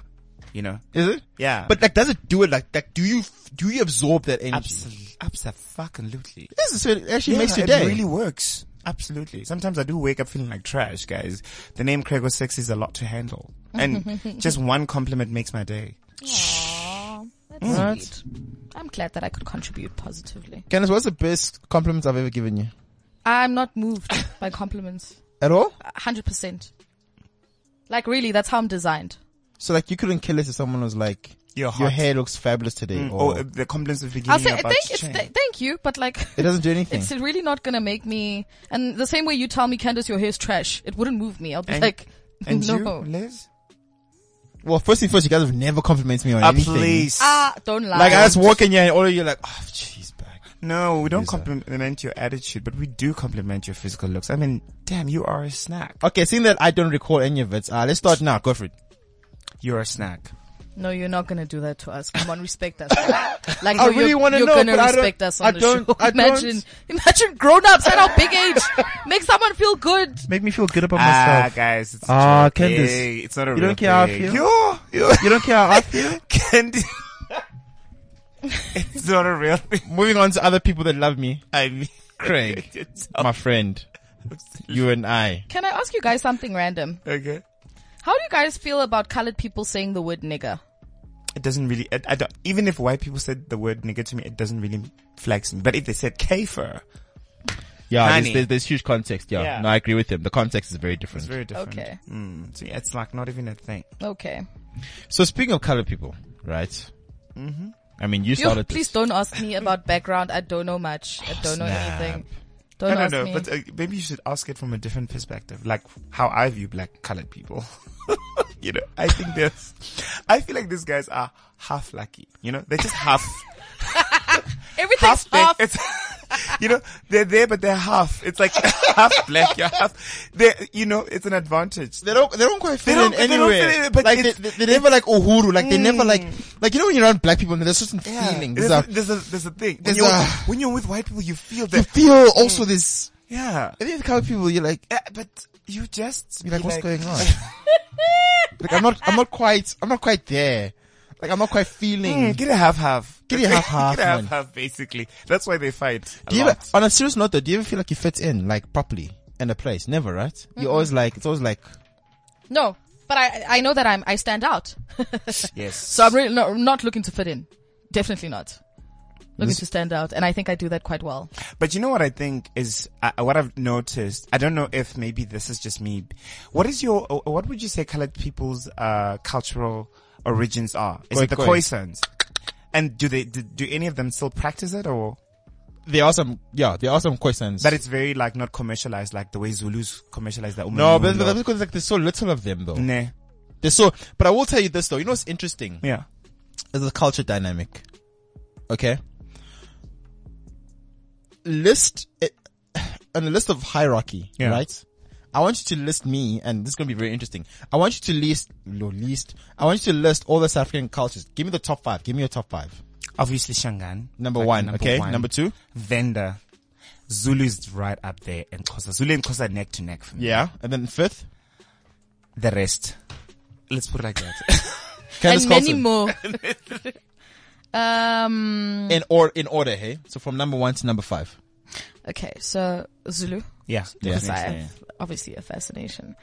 Speaker 5: you know.
Speaker 6: Is it?
Speaker 5: Yeah.
Speaker 6: But like, does it do it like like? Do you do you absorb that energy?
Speaker 5: absolutely, absolutely.
Speaker 6: This is it actually
Speaker 5: Yeah,
Speaker 6: makes your day.
Speaker 5: It really works. Absolutely. Sometimes I do wake up feeling like trash, guys. The name Craig was sexy is a lot to handle. And just one compliment makes my day.
Speaker 4: Aww, that's sweet. I'm glad that I could contribute positively.
Speaker 6: Candace, what's the best compliment I've ever given you
Speaker 4: I'm not moved by compliments.
Speaker 6: at all?
Speaker 4: hundred percent. Like really, that's how I'm designed.
Speaker 6: So like, you couldn't kill us if someone was like,
Speaker 5: You're
Speaker 6: "Your
Speaker 5: hot."
Speaker 6: hair looks fabulous today,"
Speaker 5: Or
Speaker 6: or
Speaker 5: uh, the compliments of beginning
Speaker 4: I'll say
Speaker 5: are about
Speaker 4: thank,
Speaker 5: to
Speaker 4: it's,
Speaker 5: change.
Speaker 4: th- thank you, but like
Speaker 6: it doesn't do anything.
Speaker 4: it's really not gonna make me. And the same way you tell me, Candace, your hair's trash, it wouldn't move me. I'll be
Speaker 5: And-
Speaker 4: like,
Speaker 5: and
Speaker 4: no,
Speaker 5: you, Liz?
Speaker 6: well, first thing first, you guys have never complimented me on
Speaker 5: Ah,
Speaker 6: anything.
Speaker 5: please.
Speaker 4: ah, don't lie.
Speaker 6: Like I just walk in here and all of you are like, "Oh, jeez, back."
Speaker 5: No, we don't
Speaker 6: Lisa.
Speaker 5: compliment your attitude, but we do compliment your physical looks. I mean, damn, you are a snack.
Speaker 6: Okay, seeing that I don't recall any of it, uh, let's start now. Go for it.
Speaker 5: You're a snack.
Speaker 4: no, you're not gonna do that to us. Come on, respect us. like
Speaker 6: I
Speaker 4: you're,
Speaker 6: really wanna
Speaker 4: you're
Speaker 6: know,
Speaker 4: gonna
Speaker 6: but I don't-
Speaker 4: respect us on
Speaker 6: I
Speaker 4: the
Speaker 6: don't-
Speaker 4: show.
Speaker 6: I don't-
Speaker 4: imagine, imagine grown-ups at our big age make someone feel good.
Speaker 6: Make me feel good about
Speaker 5: Ah, guys, it's a
Speaker 6: Ah,
Speaker 5: joke.
Speaker 6: Candace,
Speaker 5: Hey, it's not a
Speaker 6: you don't
Speaker 5: real
Speaker 6: care how I
Speaker 5: thing.
Speaker 6: feel?
Speaker 5: You, you,
Speaker 6: you don't care how I feel.
Speaker 5: Candace. it's not a real thing.
Speaker 6: Moving on to other people that love me,
Speaker 5: I mean,
Speaker 6: Craig, my friend, you and I.
Speaker 4: Can I ask you guys something random?
Speaker 5: okay.
Speaker 4: How do you guys feel about colored people saying the word nigger?
Speaker 5: It doesn't really. I, I don't, even if white people said the word nigger to me, it doesn't really flex me. But if they said kafer,
Speaker 6: Yeah, there's,
Speaker 5: Honey.
Speaker 6: there's, there's huge context. Yeah.
Speaker 5: Yeah.
Speaker 6: no, I agree with him. The context is very different.
Speaker 5: it's very different.
Speaker 4: Okay.
Speaker 5: Mm, so yeah, it's like not even a thing.
Speaker 4: Okay.
Speaker 6: so speaking of colored people, right? Mm-hmm. I mean, you
Speaker 4: You,
Speaker 6: started.
Speaker 4: please
Speaker 6: this.
Speaker 4: don't ask me about background. I don't know much. I don't know anything. Don't
Speaker 5: I don't
Speaker 4: ask
Speaker 5: know,
Speaker 4: me.
Speaker 5: but uh, maybe you should ask it from a different perspective, like how I view black colored people. you know, I think there's, I feel like these guys are half lucky. You know, they're just half,
Speaker 4: Everything's
Speaker 5: half black.
Speaker 4: half.
Speaker 5: It's, you know, they're there, but they're half. It's like half black, you're half. They, you know, it's an advantage.
Speaker 6: They don't. They don't quite fit
Speaker 5: They don't-
Speaker 6: in
Speaker 5: they don't
Speaker 6: anywhere.
Speaker 5: fit in, but
Speaker 6: like they,
Speaker 5: it's- Mm.
Speaker 6: they, they never like Uhuru. Like they never like like you know when you're around black people, and there's a certain feeling. There's
Speaker 5: There's,
Speaker 6: a,
Speaker 5: a, there's a there's a thing.
Speaker 6: there's
Speaker 5: when, you're,
Speaker 6: a-
Speaker 5: when you're with white people, you feel
Speaker 6: you
Speaker 5: that.
Speaker 6: feel also this.
Speaker 5: yeah,
Speaker 6: I think the colored people, you're like eh,
Speaker 5: Uh, but you just
Speaker 6: you're like what's going on? like I'm not. I'm not quite. I'm not quite there. Like I'm not quite feeling.
Speaker 5: "Mm, Get a half half.
Speaker 6: Get a half-half,
Speaker 5: Get a half
Speaker 6: man.
Speaker 5: half. Basically, that's why they fight. A
Speaker 6: do you ever,
Speaker 5: lot.
Speaker 6: on a serious note though, do you ever feel like you fit in like properly in a place? Never, right? You're always like it's always like
Speaker 4: no, but I I know that I'm I stand out.
Speaker 5: yes.
Speaker 4: So I'm really not, not looking to fit in. Definitely not. Looking to stand out, and I think I do that quite well.
Speaker 5: But you know what I think is uh, what I've noticed. I don't know if maybe this is just me. What is your uh, what would you say colored people's uh, cultural origins are? Is
Speaker 6: Khoi
Speaker 5: it the
Speaker 6: khoi.
Speaker 5: Khoisans? And do they do, do any of them still practice it or
Speaker 6: there are some yeah there are some questions.
Speaker 5: that it's very like not commercialized like the way Zulus commercialize their
Speaker 6: no, but,
Speaker 5: uManyundo?
Speaker 6: but that's because like there's so little of them though.
Speaker 5: Nah.
Speaker 6: There's so, but I will tell you this though. You know what's interesting?
Speaker 5: Yeah.
Speaker 6: is a culture dynamic. Okay. List it, on a list of hierarchy,
Speaker 5: Yeah.
Speaker 6: right? I want you to list me, and this is going to be very interesting. I want you to list, no, list. I want you to list all the South African cultures. Give me the top five. Give me your top five.
Speaker 5: Obviously Shangan.
Speaker 6: Number
Speaker 5: Like,
Speaker 6: one. okay.
Speaker 5: one.
Speaker 6: Number two.
Speaker 5: Venda. Zulu is right up there and Kosa. Zulu and Kosa neck to neck for me.
Speaker 6: Yeah. And then fifth.
Speaker 5: The rest. Let's put it like that.
Speaker 6: Candace
Speaker 4: and many
Speaker 6: Carlson.
Speaker 4: more. um.
Speaker 6: In or, in order, hey? So from number one to number five.
Speaker 4: Okay, so Zulu,
Speaker 5: yeah.
Speaker 6: Yeah.
Speaker 4: because I have obviously a fascination.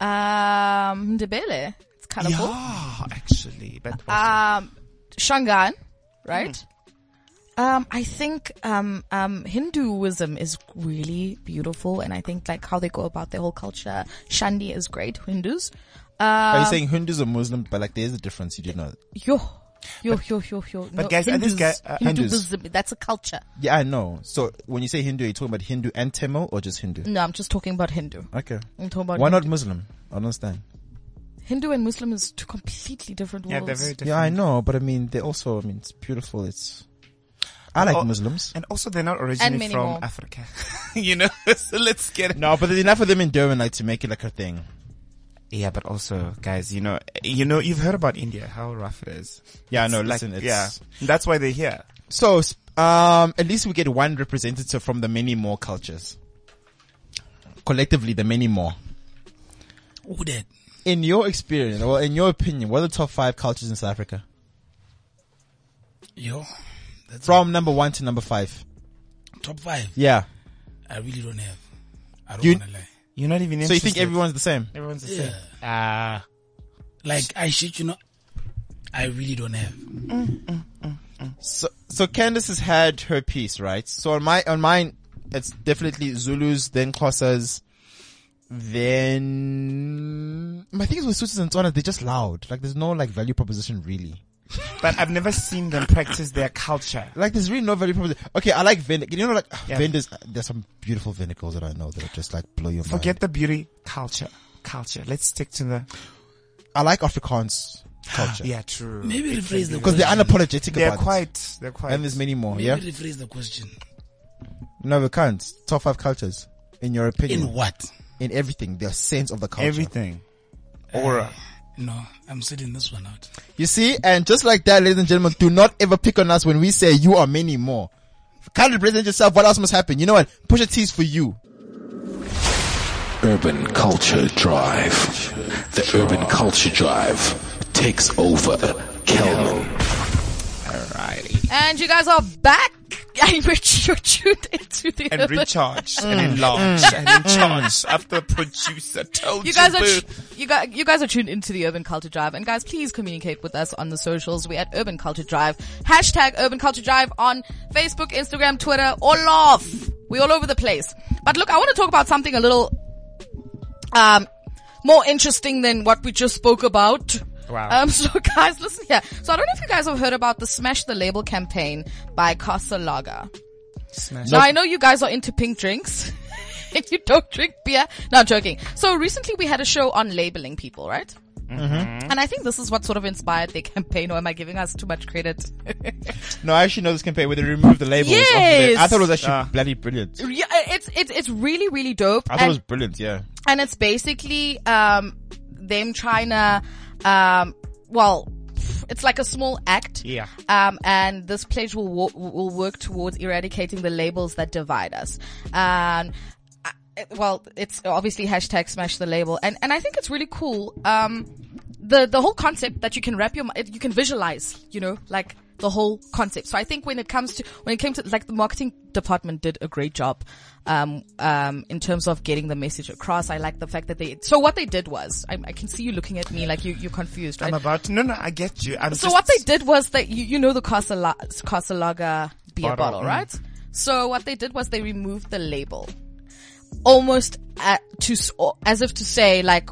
Speaker 4: Um, Ndebele, it's
Speaker 5: Oh,
Speaker 4: colorful. Ah,
Speaker 5: Yeah, actually. But also-
Speaker 4: Um, Shangan, right?
Speaker 5: Hmm.
Speaker 4: Um, I think um, um, Hinduism is really beautiful, and I think like how they go about their whole culture. Shandi is great. Hindus. Um,
Speaker 6: Are you saying Hindus or Muslim? But like, there's a difference. You do know.
Speaker 4: Uh, yo, yo, yo, yo, yo.
Speaker 5: but
Speaker 4: no,
Speaker 5: guys, I
Speaker 4: Hindus,
Speaker 5: think, uh, uh,
Speaker 6: Hindus.
Speaker 4: Hinduism, that's a culture.
Speaker 6: Yeah, I know. So when you say Hindu, are you talking about Hindu and Tamil or just Hindu?
Speaker 4: No, I'm just talking about Hindu.
Speaker 6: Okay.
Speaker 4: Mm. I'm talking about
Speaker 6: Why not Muslim? I don't understand.
Speaker 4: Hindu and Muslim is two completely different
Speaker 5: Yeah,
Speaker 4: worlds.
Speaker 5: they're very different.
Speaker 6: Yeah, I know, but I mean, they also. I mean, it's beautiful. It's. I like
Speaker 5: Oh.
Speaker 6: Muslims.
Speaker 5: And also, they're not
Speaker 4: And
Speaker 5: originally
Speaker 4: many
Speaker 5: from
Speaker 4: more.
Speaker 5: Africa. you know, so let's get it.
Speaker 6: No, but there's enough of them in Durban like to make it like a thing.
Speaker 5: Yeah, but also, guys, you know, you know, you've heard about India, how rough it is.
Speaker 6: Yeah, I know.
Speaker 5: Like,
Speaker 6: Listen, it's,
Speaker 5: yeah, that's why they're here.
Speaker 6: So, s- um, at least we get one representative from the many more cultures. Collectively, the many more. In your experience, or in your opinion, what are the top five cultures in South Africa?
Speaker 8: Yo, that's
Speaker 6: From number one to number five.
Speaker 8: top five.
Speaker 6: Yeah.
Speaker 8: I really don't have. I don't
Speaker 6: You-
Speaker 8: wanna lie.
Speaker 5: You're not even
Speaker 6: So you
Speaker 5: interested.
Speaker 6: think everyone's the same?
Speaker 5: everyone's the
Speaker 8: Yeah.
Speaker 5: same? Ah,
Speaker 8: Like I shit you not. I really don't have.
Speaker 6: So, so Candace has had her piece, right? So on my, on mine, it's definitely Zulus, then Xhosas, then, my thing is with Sutras and Tswana, they're just loud. Like there's no like value proposition really.
Speaker 5: but I've never seen them practice their culture.
Speaker 6: Like there's really no value proposition. Okay, I like vendors. You know, like
Speaker 5: Yeah.
Speaker 6: vendors. There's some beautiful vinicals that I know that are just like blow your
Speaker 5: Forget
Speaker 6: mind.
Speaker 5: the beauty culture. Culture. Let's stick to the
Speaker 6: I like Afrikaans culture.
Speaker 5: yeah, true.
Speaker 8: Maybe rephrase the
Speaker 6: because they're
Speaker 8: question.
Speaker 6: unapologetic
Speaker 5: They're
Speaker 6: about it.
Speaker 5: quite. They're quite.
Speaker 6: And there's many more.
Speaker 8: Maybe
Speaker 6: Yeah,
Speaker 8: rephrase the question.
Speaker 6: no, we can't. Top five cultures, in your opinion,
Speaker 8: In what?
Speaker 6: in everything, their sense of the culture.
Speaker 5: everything. Aura.
Speaker 8: No, I'm sitting this one out.
Speaker 6: You see, and just like that, ladies and gentlemen, do not ever pick on us when we say you are many more. Calibrate yourself. What else must happen? You know what? Push a tease for you.
Speaker 2: Urban Culture Drive. The Urban Culture Drive takes over Kelm.
Speaker 4: And you guys are back. And you're, you're tuned into the
Speaker 5: and
Speaker 4: urban-
Speaker 5: recharge and
Speaker 4: Mm.
Speaker 5: enlarge and enlarge after the producer told you.
Speaker 4: You guys are
Speaker 5: boo.
Speaker 4: tu- you guys you guys are tuned into the Urban Culture Drive, and guys, please communicate with us on the socials. We at Urban Culture Drive hashtag Urban Culture Drive on Facebook, Instagram, Twitter, all off. We all over the place. But look, I want to talk about something a little um more interesting than what we just spoke about.
Speaker 5: Wow.
Speaker 4: Um, so guys, listen here. So I don't know if you guys have heard about the Smash the Label campaign by Casa Lager. Now I know you guys are into pink drinks. if you don't drink beer, no, I'm joking. So recently we had a show on labeling people, right?
Speaker 6: Mm-hmm.
Speaker 4: And I think this is what sort of inspired their campaign, or am I giving us too much credit?
Speaker 6: No, I actually know this campaign where they remove the labels. off of it.
Speaker 4: Yes.
Speaker 6: I thought it was actually bloody brilliant.
Speaker 4: yeah, it's, it's, it's really, really dope.
Speaker 6: I thought
Speaker 4: And-
Speaker 6: it was brilliant. Yeah.
Speaker 4: and it's basically um them trying to um well it's like a small act
Speaker 5: Yeah.
Speaker 4: um and this pledge will wo- will work towards eradicating the labels that divide us um I- well, it's obviously hashtag smash the label, and and I think it's really cool. Um, the the whole concept that you can wrap your mi- you can visualize, you know, like the whole concept. So I think when it comes to when it came to like the marketing department did a great job, um, um, in terms of getting the message across. I like the fact that they. So what they did was, I, I can see you looking at me like you you're confused, right?
Speaker 5: I'm about to, no, no, I get you. I'm
Speaker 4: So
Speaker 5: just-
Speaker 4: what they did was that you, you know the Casalaga Casalaga beer
Speaker 5: Bottle,
Speaker 4: bottle,
Speaker 5: mm.
Speaker 4: right? So what they did was they removed the label, almost at, to s- or- as if to say like.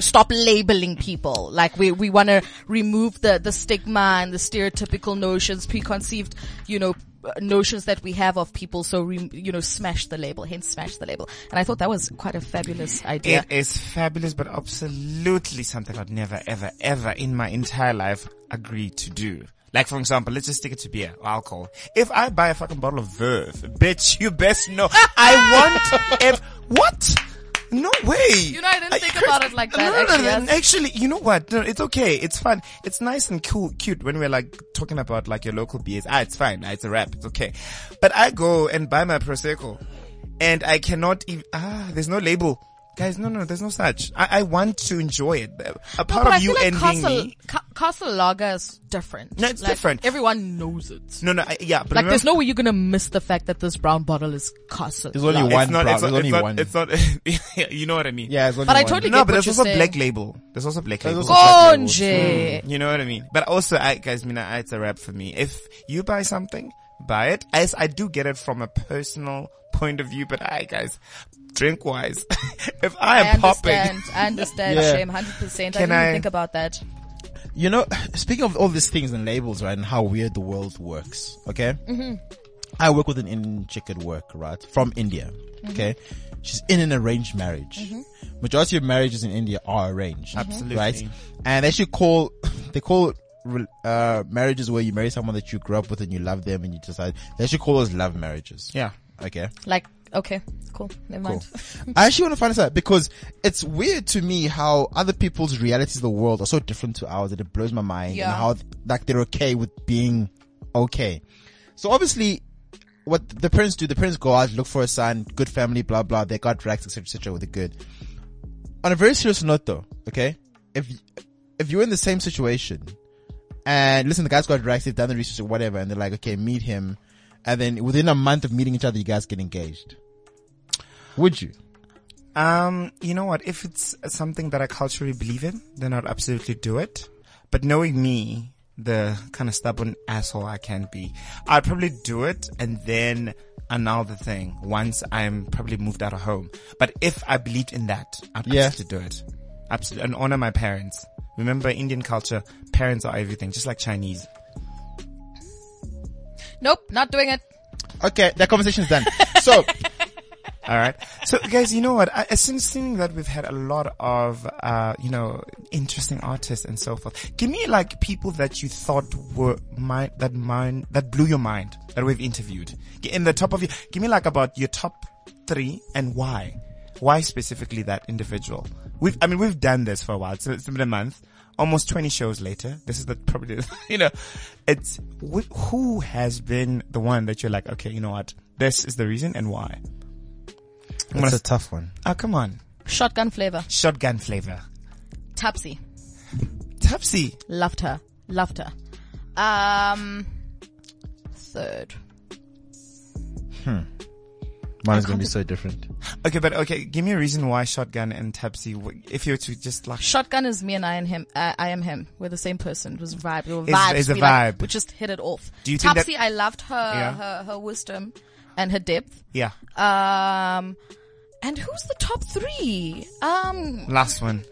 Speaker 4: Stop labeling people. Like we, we want to remove the, the stigma and the stereotypical notions, preconceived, you know, uh, notions that we have of people. So, re, you know, smash the label, hence smash the label. And I thought that was quite a fabulous idea.
Speaker 5: It is fabulous, but absolutely something I'd never, ever, ever in my entire life agree to do. Like, for example, let's just stick it to beer or alcohol. If I buy a fucking bottle of Verve, bitch, you best know. I want it. What? No way.
Speaker 4: You know, I didn't
Speaker 5: Are
Speaker 4: think
Speaker 5: crazy?
Speaker 4: about it like that,
Speaker 5: No, no,
Speaker 4: actually,
Speaker 5: no,
Speaker 4: yes.
Speaker 5: actually, you know what? No, it's okay. It's fun. It's nice and cool, cute when we're like talking about like your local beers. Ah, it's fine. Ah, it's a wrap. It's okay. But I go and buy my prosecco, and I cannot even. Ah, there's no label. Guys, no, no, there's no such. I, I want to enjoy it. A
Speaker 4: No,
Speaker 5: part
Speaker 4: but I
Speaker 5: of
Speaker 4: feel
Speaker 5: you
Speaker 4: like
Speaker 5: ending
Speaker 4: Castle,
Speaker 5: me.
Speaker 4: Ca- Castle Lager is different.
Speaker 5: No, it's
Speaker 4: Like,
Speaker 5: different.
Speaker 4: Everyone knows it.
Speaker 5: No, no, I, yeah, but
Speaker 4: Like,
Speaker 5: remember-
Speaker 4: there's no way you're gonna miss the fact that this brown bottle is Castle.
Speaker 6: There's only one.
Speaker 5: It's not.
Speaker 6: bro.
Speaker 5: It's
Speaker 6: There's
Speaker 5: not. It's
Speaker 6: only
Speaker 5: not.
Speaker 6: one.
Speaker 5: It's not yeah, you know what I mean?
Speaker 6: yeah, there's only
Speaker 4: But I
Speaker 6: one.
Speaker 4: totally
Speaker 5: No,
Speaker 4: get what
Speaker 5: but there's
Speaker 4: you're
Speaker 5: also
Speaker 4: saying.
Speaker 5: black label. There's also black label.
Speaker 6: also
Speaker 4: Konje.
Speaker 5: Hmm.
Speaker 4: Mm-hmm.
Speaker 5: You know what I mean? But also, I, guys, Mina, it's a wrap for me. If you buy something, buy it. I, I do get it from a personal point of view, but I guys, drink wise, if I
Speaker 4: I
Speaker 5: am popping,
Speaker 4: understand. I understand,
Speaker 6: Yeah.
Speaker 4: Shame, 100%. I
Speaker 5: Can
Speaker 4: didn't
Speaker 5: I-
Speaker 4: think about that.
Speaker 6: You know, speaking of all these things and labels, right, and how weird the world works, okay? Mm-hmm. I work with an Indian chick at work, right, from India, okay? She's in an arranged marriage. Majority of marriages in India are arranged.
Speaker 5: Absolutely.
Speaker 6: Right? And they should call, they call, re- uh, marriages where you marry someone that you grew up with and you love them and you decide, they should call those love marriages.
Speaker 5: yeah.
Speaker 6: Okay.
Speaker 4: Like, okay, cool. Never mind.
Speaker 6: I actually want to find this out because it's weird to me how other people's realities of the world are so different to ours that it blows my mind
Speaker 4: Yeah.
Speaker 6: and how like they're okay with being okay. So obviously what the parents do, the parents go out, look for a son, good family, blah, blah, they got racks, etc., etc., with the good. On a very serious note though, okay? If, if you're in the same situation and listen, the guys got racks, they've done the research or whatever, and they're like, okay, meet him. And then within a month of meeting each other, you guys get engaged. Would you?
Speaker 5: Um, you know what? If it's something that I culturally believe in, then I'd absolutely do it. But knowing me, the kind of stubborn asshole I can be, I'd probably do it and then annul the thing once I'm probably moved out of home. But if I believed in that, I'd
Speaker 6: Yeah.
Speaker 5: absolutely do it. Absolutely. And honor my parents. Remember Indian culture, parents are everything, just like Chinese.
Speaker 4: nope, not doing it.
Speaker 6: Okay, that conversation's done. So,
Speaker 5: All right. So guys, you know what? I, I since seeing that we've had a lot of, uh, you know, interesting artists and so forth. Give me like people that you thought were mind, that mind, that blew your mind that we've interviewed G- in the top of your, give me like about your top three and why, why specifically that individual? We've, I mean, we've done this for a while. So it's been a month, almost 20 shows later. This is the probably, you know, it's wh- who has been the one that you're like, okay, you know what? This is the reason and why. I'm gonna
Speaker 6: that's a tough one.
Speaker 5: Oh, come on.
Speaker 4: Shotgun flavor.
Speaker 5: Shotgun flavor.
Speaker 4: Tapsi.
Speaker 5: Tapsy.
Speaker 4: Loved her. Loved her. Um, third.
Speaker 6: Mine is going to be so different.
Speaker 5: Okay, but okay, give me a reason why Shotgun and Tapsy, w- if you were to just like,
Speaker 4: Shotgun is me and I and him. Uh, I am him. We're the same person. It was vibe. We were
Speaker 5: It's-
Speaker 4: vibes.
Speaker 5: it's a
Speaker 4: we like-
Speaker 5: vibe.
Speaker 4: we just hit it off.
Speaker 5: Do you think
Speaker 4: Tapsi,
Speaker 5: that-
Speaker 4: I loved her,
Speaker 5: Yeah.
Speaker 4: her, her wisdom and her depth.
Speaker 5: yeah,
Speaker 4: Um, and who's the top three? Um,
Speaker 5: last one.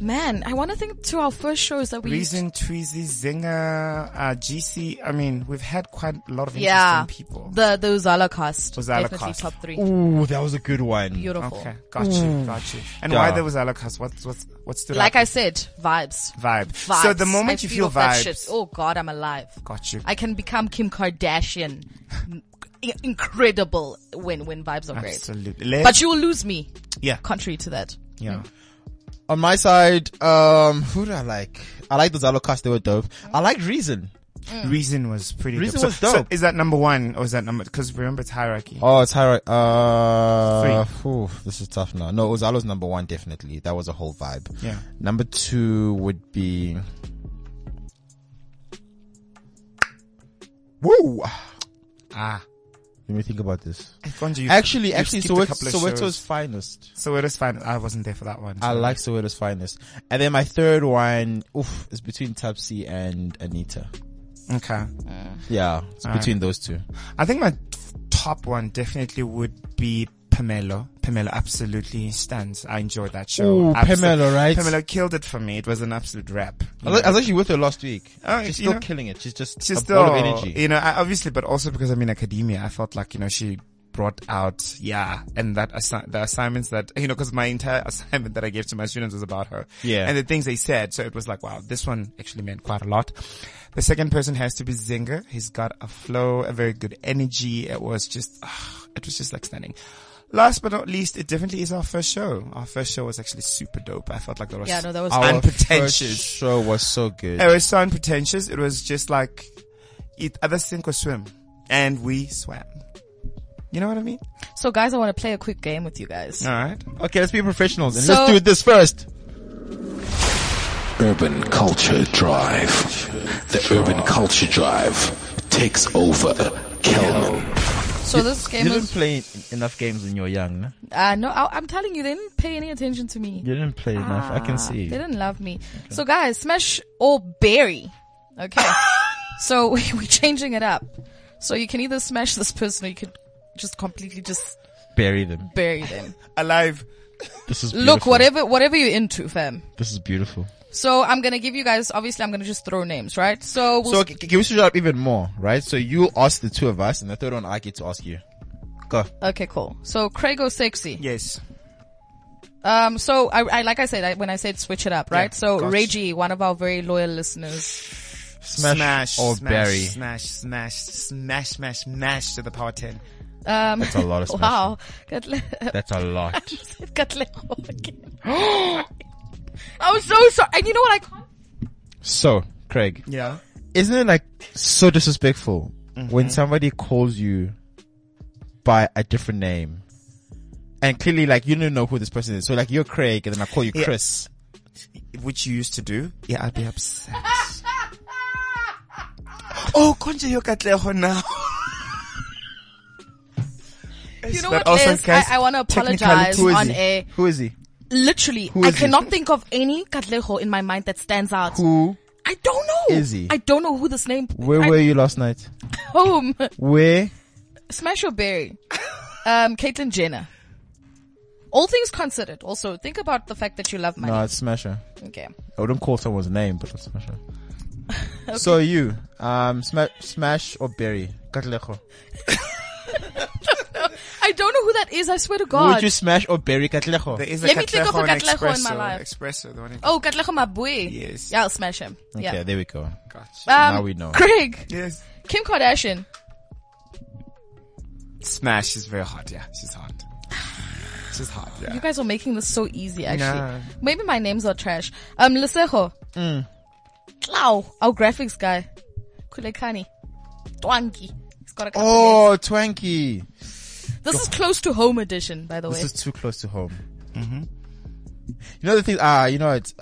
Speaker 4: man, I want to think to our first shows that we used
Speaker 5: Reason, Tweezy, Zinger, uh, GC. I mean, we've had quite a lot of interesting
Speaker 4: yeah,
Speaker 5: people.
Speaker 4: The the Uzala cast.
Speaker 5: Uzala
Speaker 4: definitely
Speaker 5: cast.
Speaker 4: top three.
Speaker 6: Ooh, that was a good one.
Speaker 4: Beautiful.
Speaker 5: okay, got
Speaker 6: Mm.
Speaker 5: you, got you. And why
Speaker 6: Duh.
Speaker 5: there was Alakas? What's, what's, what's the
Speaker 4: Like I said, vibes.
Speaker 5: vibe?
Speaker 4: Vibes.
Speaker 5: So the moment
Speaker 4: I
Speaker 5: you feel
Speaker 4: off that
Speaker 5: vibes,
Speaker 4: shit. oh god, I'm alive.
Speaker 5: got you.
Speaker 4: I can become Kim Kardashian. In- Incredible when when vibes are great.
Speaker 5: Absolutely. Let-
Speaker 4: But you will lose me,
Speaker 5: yeah,
Speaker 4: contrary to that.
Speaker 5: yeah.
Speaker 6: On my side, um, who did I like? I like the Zalo cast; they were dope. I liked Reason.
Speaker 5: Reason was pretty
Speaker 6: Reason
Speaker 5: dope. So-
Speaker 6: was
Speaker 5: so
Speaker 6: dope.
Speaker 5: is that number one or is that number, cause remember it's hierarchy.
Speaker 6: Oh, it's high. Uh, whew, this is tough now. No, Ozalo's number one definitely. That was a whole vibe.
Speaker 5: Yeah.
Speaker 6: Number two would be. Woo!
Speaker 5: Ah.
Speaker 6: Let me think about this.
Speaker 5: Konji, you-
Speaker 6: Actually,
Speaker 5: you
Speaker 6: actually,
Speaker 5: skipped a
Speaker 6: Soweto,
Speaker 5: couple of shows.
Speaker 6: Soweto's finest.
Speaker 5: So it is fine. I wasn't there for that one.
Speaker 6: I
Speaker 5: so-
Speaker 6: like Soweto's finest. And then my third one, oof, is between Tapsi and Anita.
Speaker 5: Okay.
Speaker 6: Yeah, it's between those two.
Speaker 5: I think my top one definitely would be Pamela. Pamela absolutely stands. I enjoyed that show.
Speaker 6: Ooh,
Speaker 5: Abso-
Speaker 6: Pamela, right?
Speaker 5: Pamela killed it for me. It was an absolute rap.
Speaker 6: I was I was actually with her last week.
Speaker 5: Oh,
Speaker 6: She's
Speaker 5: you
Speaker 6: still
Speaker 5: know.
Speaker 6: killing it. She's just
Speaker 5: She's
Speaker 6: a
Speaker 5: still,
Speaker 6: ball of energy.
Speaker 5: oh, you know, I, obviously, but also because I'm in academia, I felt like, you know, she brought out, yeah, and that assi- the assignments that, you know, cause my entire assignment that I gave to my students was about her.
Speaker 6: Yeah.
Speaker 5: And the things they said. So it was like, wow, this one actually meant quite a lot. The second person has to be Zinger. He's got a flow, a very good energy. It was just, ah, it was just like stunning. Last but not least, it definitely is our first show. Our first show was actually super dope. I felt like that was,
Speaker 4: Yeah, no, that was
Speaker 6: Our
Speaker 5: unpretentious.
Speaker 6: first show was so good.
Speaker 5: it was so unpretentious. It was just like it either sink or swim. And we swam. You know what I mean?
Speaker 4: So guys, I want to play a quick game with you guys.
Speaker 5: Alright.
Speaker 6: Okay, let's be professionals and
Speaker 4: So-
Speaker 6: let's do this first.
Speaker 2: Urban Culture Drive. The Urban Culture Drive takes over Kelman.
Speaker 4: So this game
Speaker 6: You didn't
Speaker 4: is
Speaker 6: play enough games when you were young. no?
Speaker 4: uh, no, I, I'm telling you, they didn't pay any attention to me.
Speaker 6: You didn't play
Speaker 4: Ah,
Speaker 6: enough. I can
Speaker 4: They
Speaker 6: see.
Speaker 4: didn't love me. So guys, smash or berry. Okay. So we- we're changing it up. So you can either smash this person or you could just completely just
Speaker 6: Bury them.
Speaker 4: bury them.
Speaker 5: Alive.
Speaker 6: This is
Speaker 4: Look, whatever, whatever you're into, fam.
Speaker 6: This is beautiful.
Speaker 4: So I'm gonna give you guys, obviously I'm gonna just throw names, right? So we'll
Speaker 6: So c- can we switch it up even more, right? So you ask the two of us, and the third one I get to ask you. Go.
Speaker 4: Okay, cool. So Craig or sexy.
Speaker 5: Yes.
Speaker 4: Um, so I, I like I said I, when I said switch it up, right?
Speaker 5: Yeah,
Speaker 4: so
Speaker 5: gosh.
Speaker 4: Reggie, one of our very loyal listeners.
Speaker 6: Smash, or
Speaker 5: smash,
Speaker 6: bury.
Speaker 5: Smash, smash, smash, smash, smash to the power 10.
Speaker 4: Um,
Speaker 6: That's a lot of
Speaker 4: wow. Katle-
Speaker 6: That's a lot.
Speaker 4: Katlego again. oh, I'm so sorry. And you know what? I can't.
Speaker 6: so, Craig,
Speaker 5: Yeah.
Speaker 6: isn't it like so disrespectful
Speaker 4: Mm-hmm.
Speaker 6: when somebody calls you by a different name? And clearly, like, you don't know who this person is. So, like, you're Craig, and then I call you
Speaker 5: Yeah.
Speaker 6: Chris.
Speaker 5: Which you used to do. Yeah, I'd be upset. oh, konje yo katleho now.
Speaker 4: You know what, Liz? I, I want to apologize
Speaker 5: who is
Speaker 4: on
Speaker 5: he?
Speaker 4: air.
Speaker 5: Who is he?
Speaker 4: Literally,
Speaker 5: Who
Speaker 4: I
Speaker 5: is he?
Speaker 4: cannot think of any Katleho in my mind that stands out.
Speaker 6: Who?
Speaker 4: I don't know.
Speaker 6: is he?
Speaker 4: I don't know who this name.
Speaker 6: Where
Speaker 4: I-
Speaker 6: were you last night?
Speaker 4: Home.
Speaker 6: Where?
Speaker 4: Smash or Berry? Um, Caitlyn Jenner. All things considered, also think about the fact that you love money.
Speaker 6: No, it's Smasher.
Speaker 4: Okay.
Speaker 6: I wouldn't call someone's name, but it's Smasher. So you, um, sma- smash or bury? Katleho.
Speaker 4: I don't know who that is. I swear to
Speaker 6: Would
Speaker 4: God.
Speaker 6: you smash or bury Katleho?
Speaker 5: There is a
Speaker 4: Let me think of a
Speaker 5: Katleho and
Speaker 4: Katleho in my
Speaker 5: Espresso.
Speaker 4: life.
Speaker 5: Espresso, the one in-
Speaker 4: oh, Katleho Mabui.
Speaker 5: Yes.
Speaker 4: Yeah, I'll smash him.
Speaker 6: Okay, there we go.
Speaker 4: Yeah. Um,
Speaker 6: now we know.
Speaker 4: Craig,
Speaker 5: Yes.
Speaker 4: Kim Kardashian.
Speaker 5: Smash is very hot. Yeah, she's hot. She's hot. Yeah.
Speaker 4: You guys are making this so easy, actually.
Speaker 5: Nah.
Speaker 4: Maybe my names are trash. Um, Lisejo.
Speaker 6: Mm.
Speaker 4: Wow. Our graphics guy. Kulekani. Twangi. He's got a couple
Speaker 6: Oh, Twanky.
Speaker 4: names. This is close to home edition, by the way.
Speaker 6: This is too close to home. You know the thing, ah, you know it's,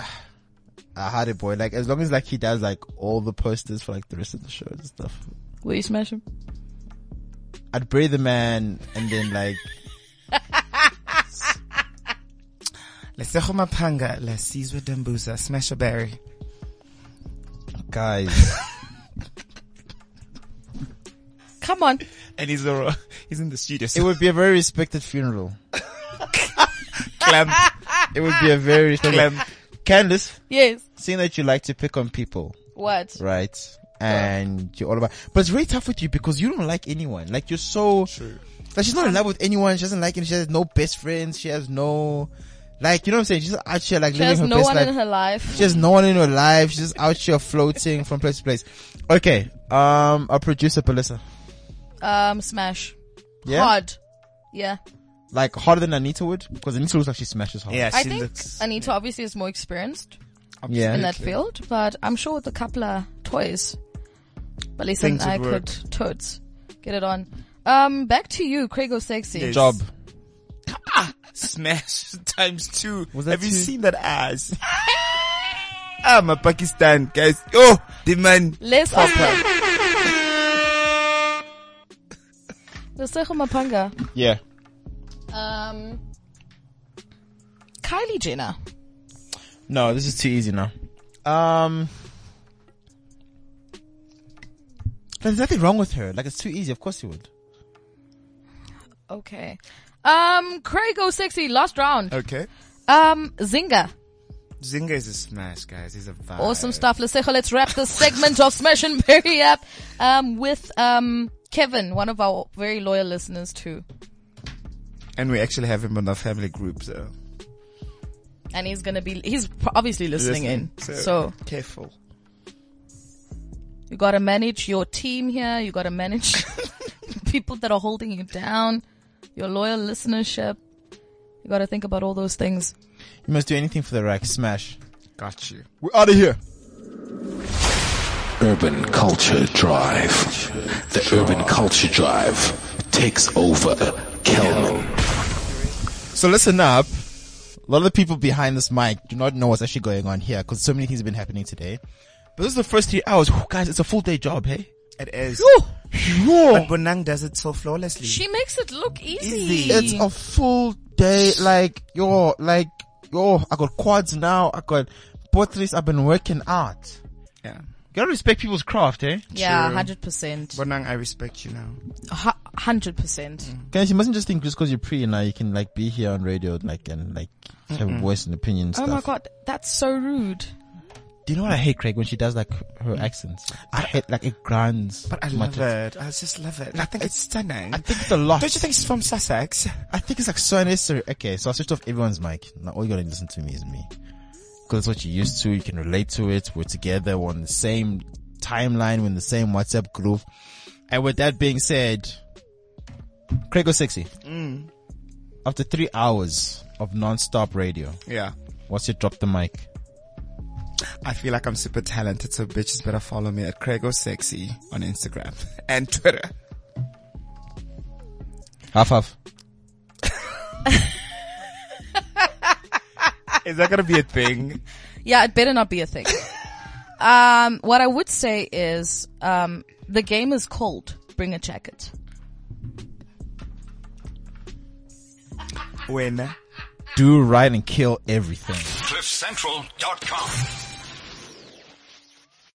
Speaker 6: I had it boy, like as long as like he does like all the posters for like the rest of the shows and stuff.
Speaker 4: Will you smash him?
Speaker 6: I'd bury the man and then like,
Speaker 5: Lesejo Mapanga, Lesizwe Dembuza, Smash a Berry.
Speaker 6: guys,
Speaker 4: Come on.
Speaker 5: And he's, a, he's in the studio.
Speaker 6: it
Speaker 5: So
Speaker 6: would be a very respected funeral.
Speaker 5: clamp,
Speaker 6: It would be a very respected.
Speaker 5: clamp.
Speaker 6: Candice,
Speaker 4: Yes.
Speaker 6: seeing that you like to pick on people,
Speaker 4: What?
Speaker 6: right? And you're all about, but it's really tough with you because you don't like anyone. Like you're so, like she's not in love with anyone. She doesn't like anyone. She has no best friends. She has no, like you know what I'm saying. She's out here like
Speaker 4: She
Speaker 6: living
Speaker 4: has
Speaker 6: her
Speaker 4: no
Speaker 6: best
Speaker 4: one
Speaker 6: life.
Speaker 4: in her life.
Speaker 6: She has no one in her life. She's just out here floating from place to place. Okay, um, our producer Pelissa,
Speaker 4: Um, smash.
Speaker 6: yeah,
Speaker 4: Hard. Yeah.
Speaker 6: like harder than Anita would because Anita looks like she smashes hard.
Speaker 5: Yeah,
Speaker 4: I
Speaker 5: she
Speaker 4: think
Speaker 5: looks.
Speaker 4: Anita obviously is more experienced
Speaker 6: yeah.
Speaker 4: in that field, but I'm sure with a couple of toys, but listen,
Speaker 5: Things would
Speaker 4: I
Speaker 5: work.
Speaker 4: could totes get it on. Um, back to you, Craig or Sexy.
Speaker 5: Yes.
Speaker 6: Job.
Speaker 5: Smash times two.
Speaker 6: Was that
Speaker 5: Have you
Speaker 6: two?
Speaker 5: seen that ass? I'm a Pakistan, guys. Oh, the man.
Speaker 4: Let's ask her. Lesego Mapanga.
Speaker 6: Yeah.
Speaker 4: Um, Kylie Jenner.
Speaker 6: No, this is too easy now. Um, there's nothing wrong with her. Like it's too easy. Of course you would.
Speaker 4: Okay. Um, Craig or Sexy. Last round.
Speaker 5: Okay.
Speaker 4: Um, Zinga.
Speaker 5: Zinga is a smash, guys. He's a vibe.
Speaker 4: Awesome stuff, Lasejo. Let's wrap this segment of Smash and Bury up um, with um, Kevin, one of our very loyal listeners too,
Speaker 5: And we actually have him on our family group, so.
Speaker 4: and he's gonna be—he's obviously listening, in. So,
Speaker 5: Careful.
Speaker 4: you gotta manage your team here. You gotta manage people that are holding you down, your loyal listenership. You gotta think about all those things.
Speaker 6: You must do anything for the rack. Smash.
Speaker 5: Got you.
Speaker 6: We're out of here.
Speaker 2: Urban Culture Drive. The Urban Culture Drive takes over Kelman.
Speaker 6: So listen up. A lot of the people behind this mic do not know what's actually going on here because so many things have been happening today. But this is the first three hours. Whew, guys, it's a full day job, hey?
Speaker 5: It is. But
Speaker 6: Sure.
Speaker 5: Bonang does it so flawlessly.
Speaker 4: She makes it look easy.
Speaker 5: Easy.
Speaker 6: It's a full day. Like, yo, like, yo, I got quads now. I got portraits. I've been working out.
Speaker 5: yeah.
Speaker 6: gotta respect people's craft, eh?
Speaker 4: Yeah, hundred percent.
Speaker 5: Bonang, I respect you now.
Speaker 4: Hundred percent.
Speaker 6: Guys, you mustn't just think just because you're pretty now you can like be here on radio like and like have a voice and opinion
Speaker 4: Oh
Speaker 6: stuff.
Speaker 4: my god, that's so rude.
Speaker 6: Do you know what I hate, Craig? When she does like her accents, I hate like it grinds.
Speaker 5: Mm. But I
Speaker 6: my
Speaker 5: love
Speaker 6: teeth.
Speaker 5: it. I just love it. I think it's stunning.
Speaker 6: I think it's a lot.
Speaker 5: Don't you think it's from Sussex?
Speaker 6: I think it's like so unnecessary. Okay, so I switched off everyone's mic. Now all you gotta listen to me is me. Cause it's what you're used to. You can relate to it. We're together. We're on the same timeline. We're in the same WhatsApp group. And with that being said, Craig was sexy.
Speaker 5: Mm.
Speaker 6: After three hours of non-stop radio,
Speaker 5: Yeah.
Speaker 6: what's your drop the mic?
Speaker 5: I feel like I'm super talented, so bitches better follow me at Craig Sexy on Instagram and Twitter.
Speaker 6: Half half.
Speaker 5: Is that gonna be a thing?
Speaker 4: Yeah, it better not be a thing. um, what I would say is, um, the game is cold. Bring a jacket.
Speaker 5: when?
Speaker 6: Do right and kill everything.
Speaker 9: CliffCentral.com.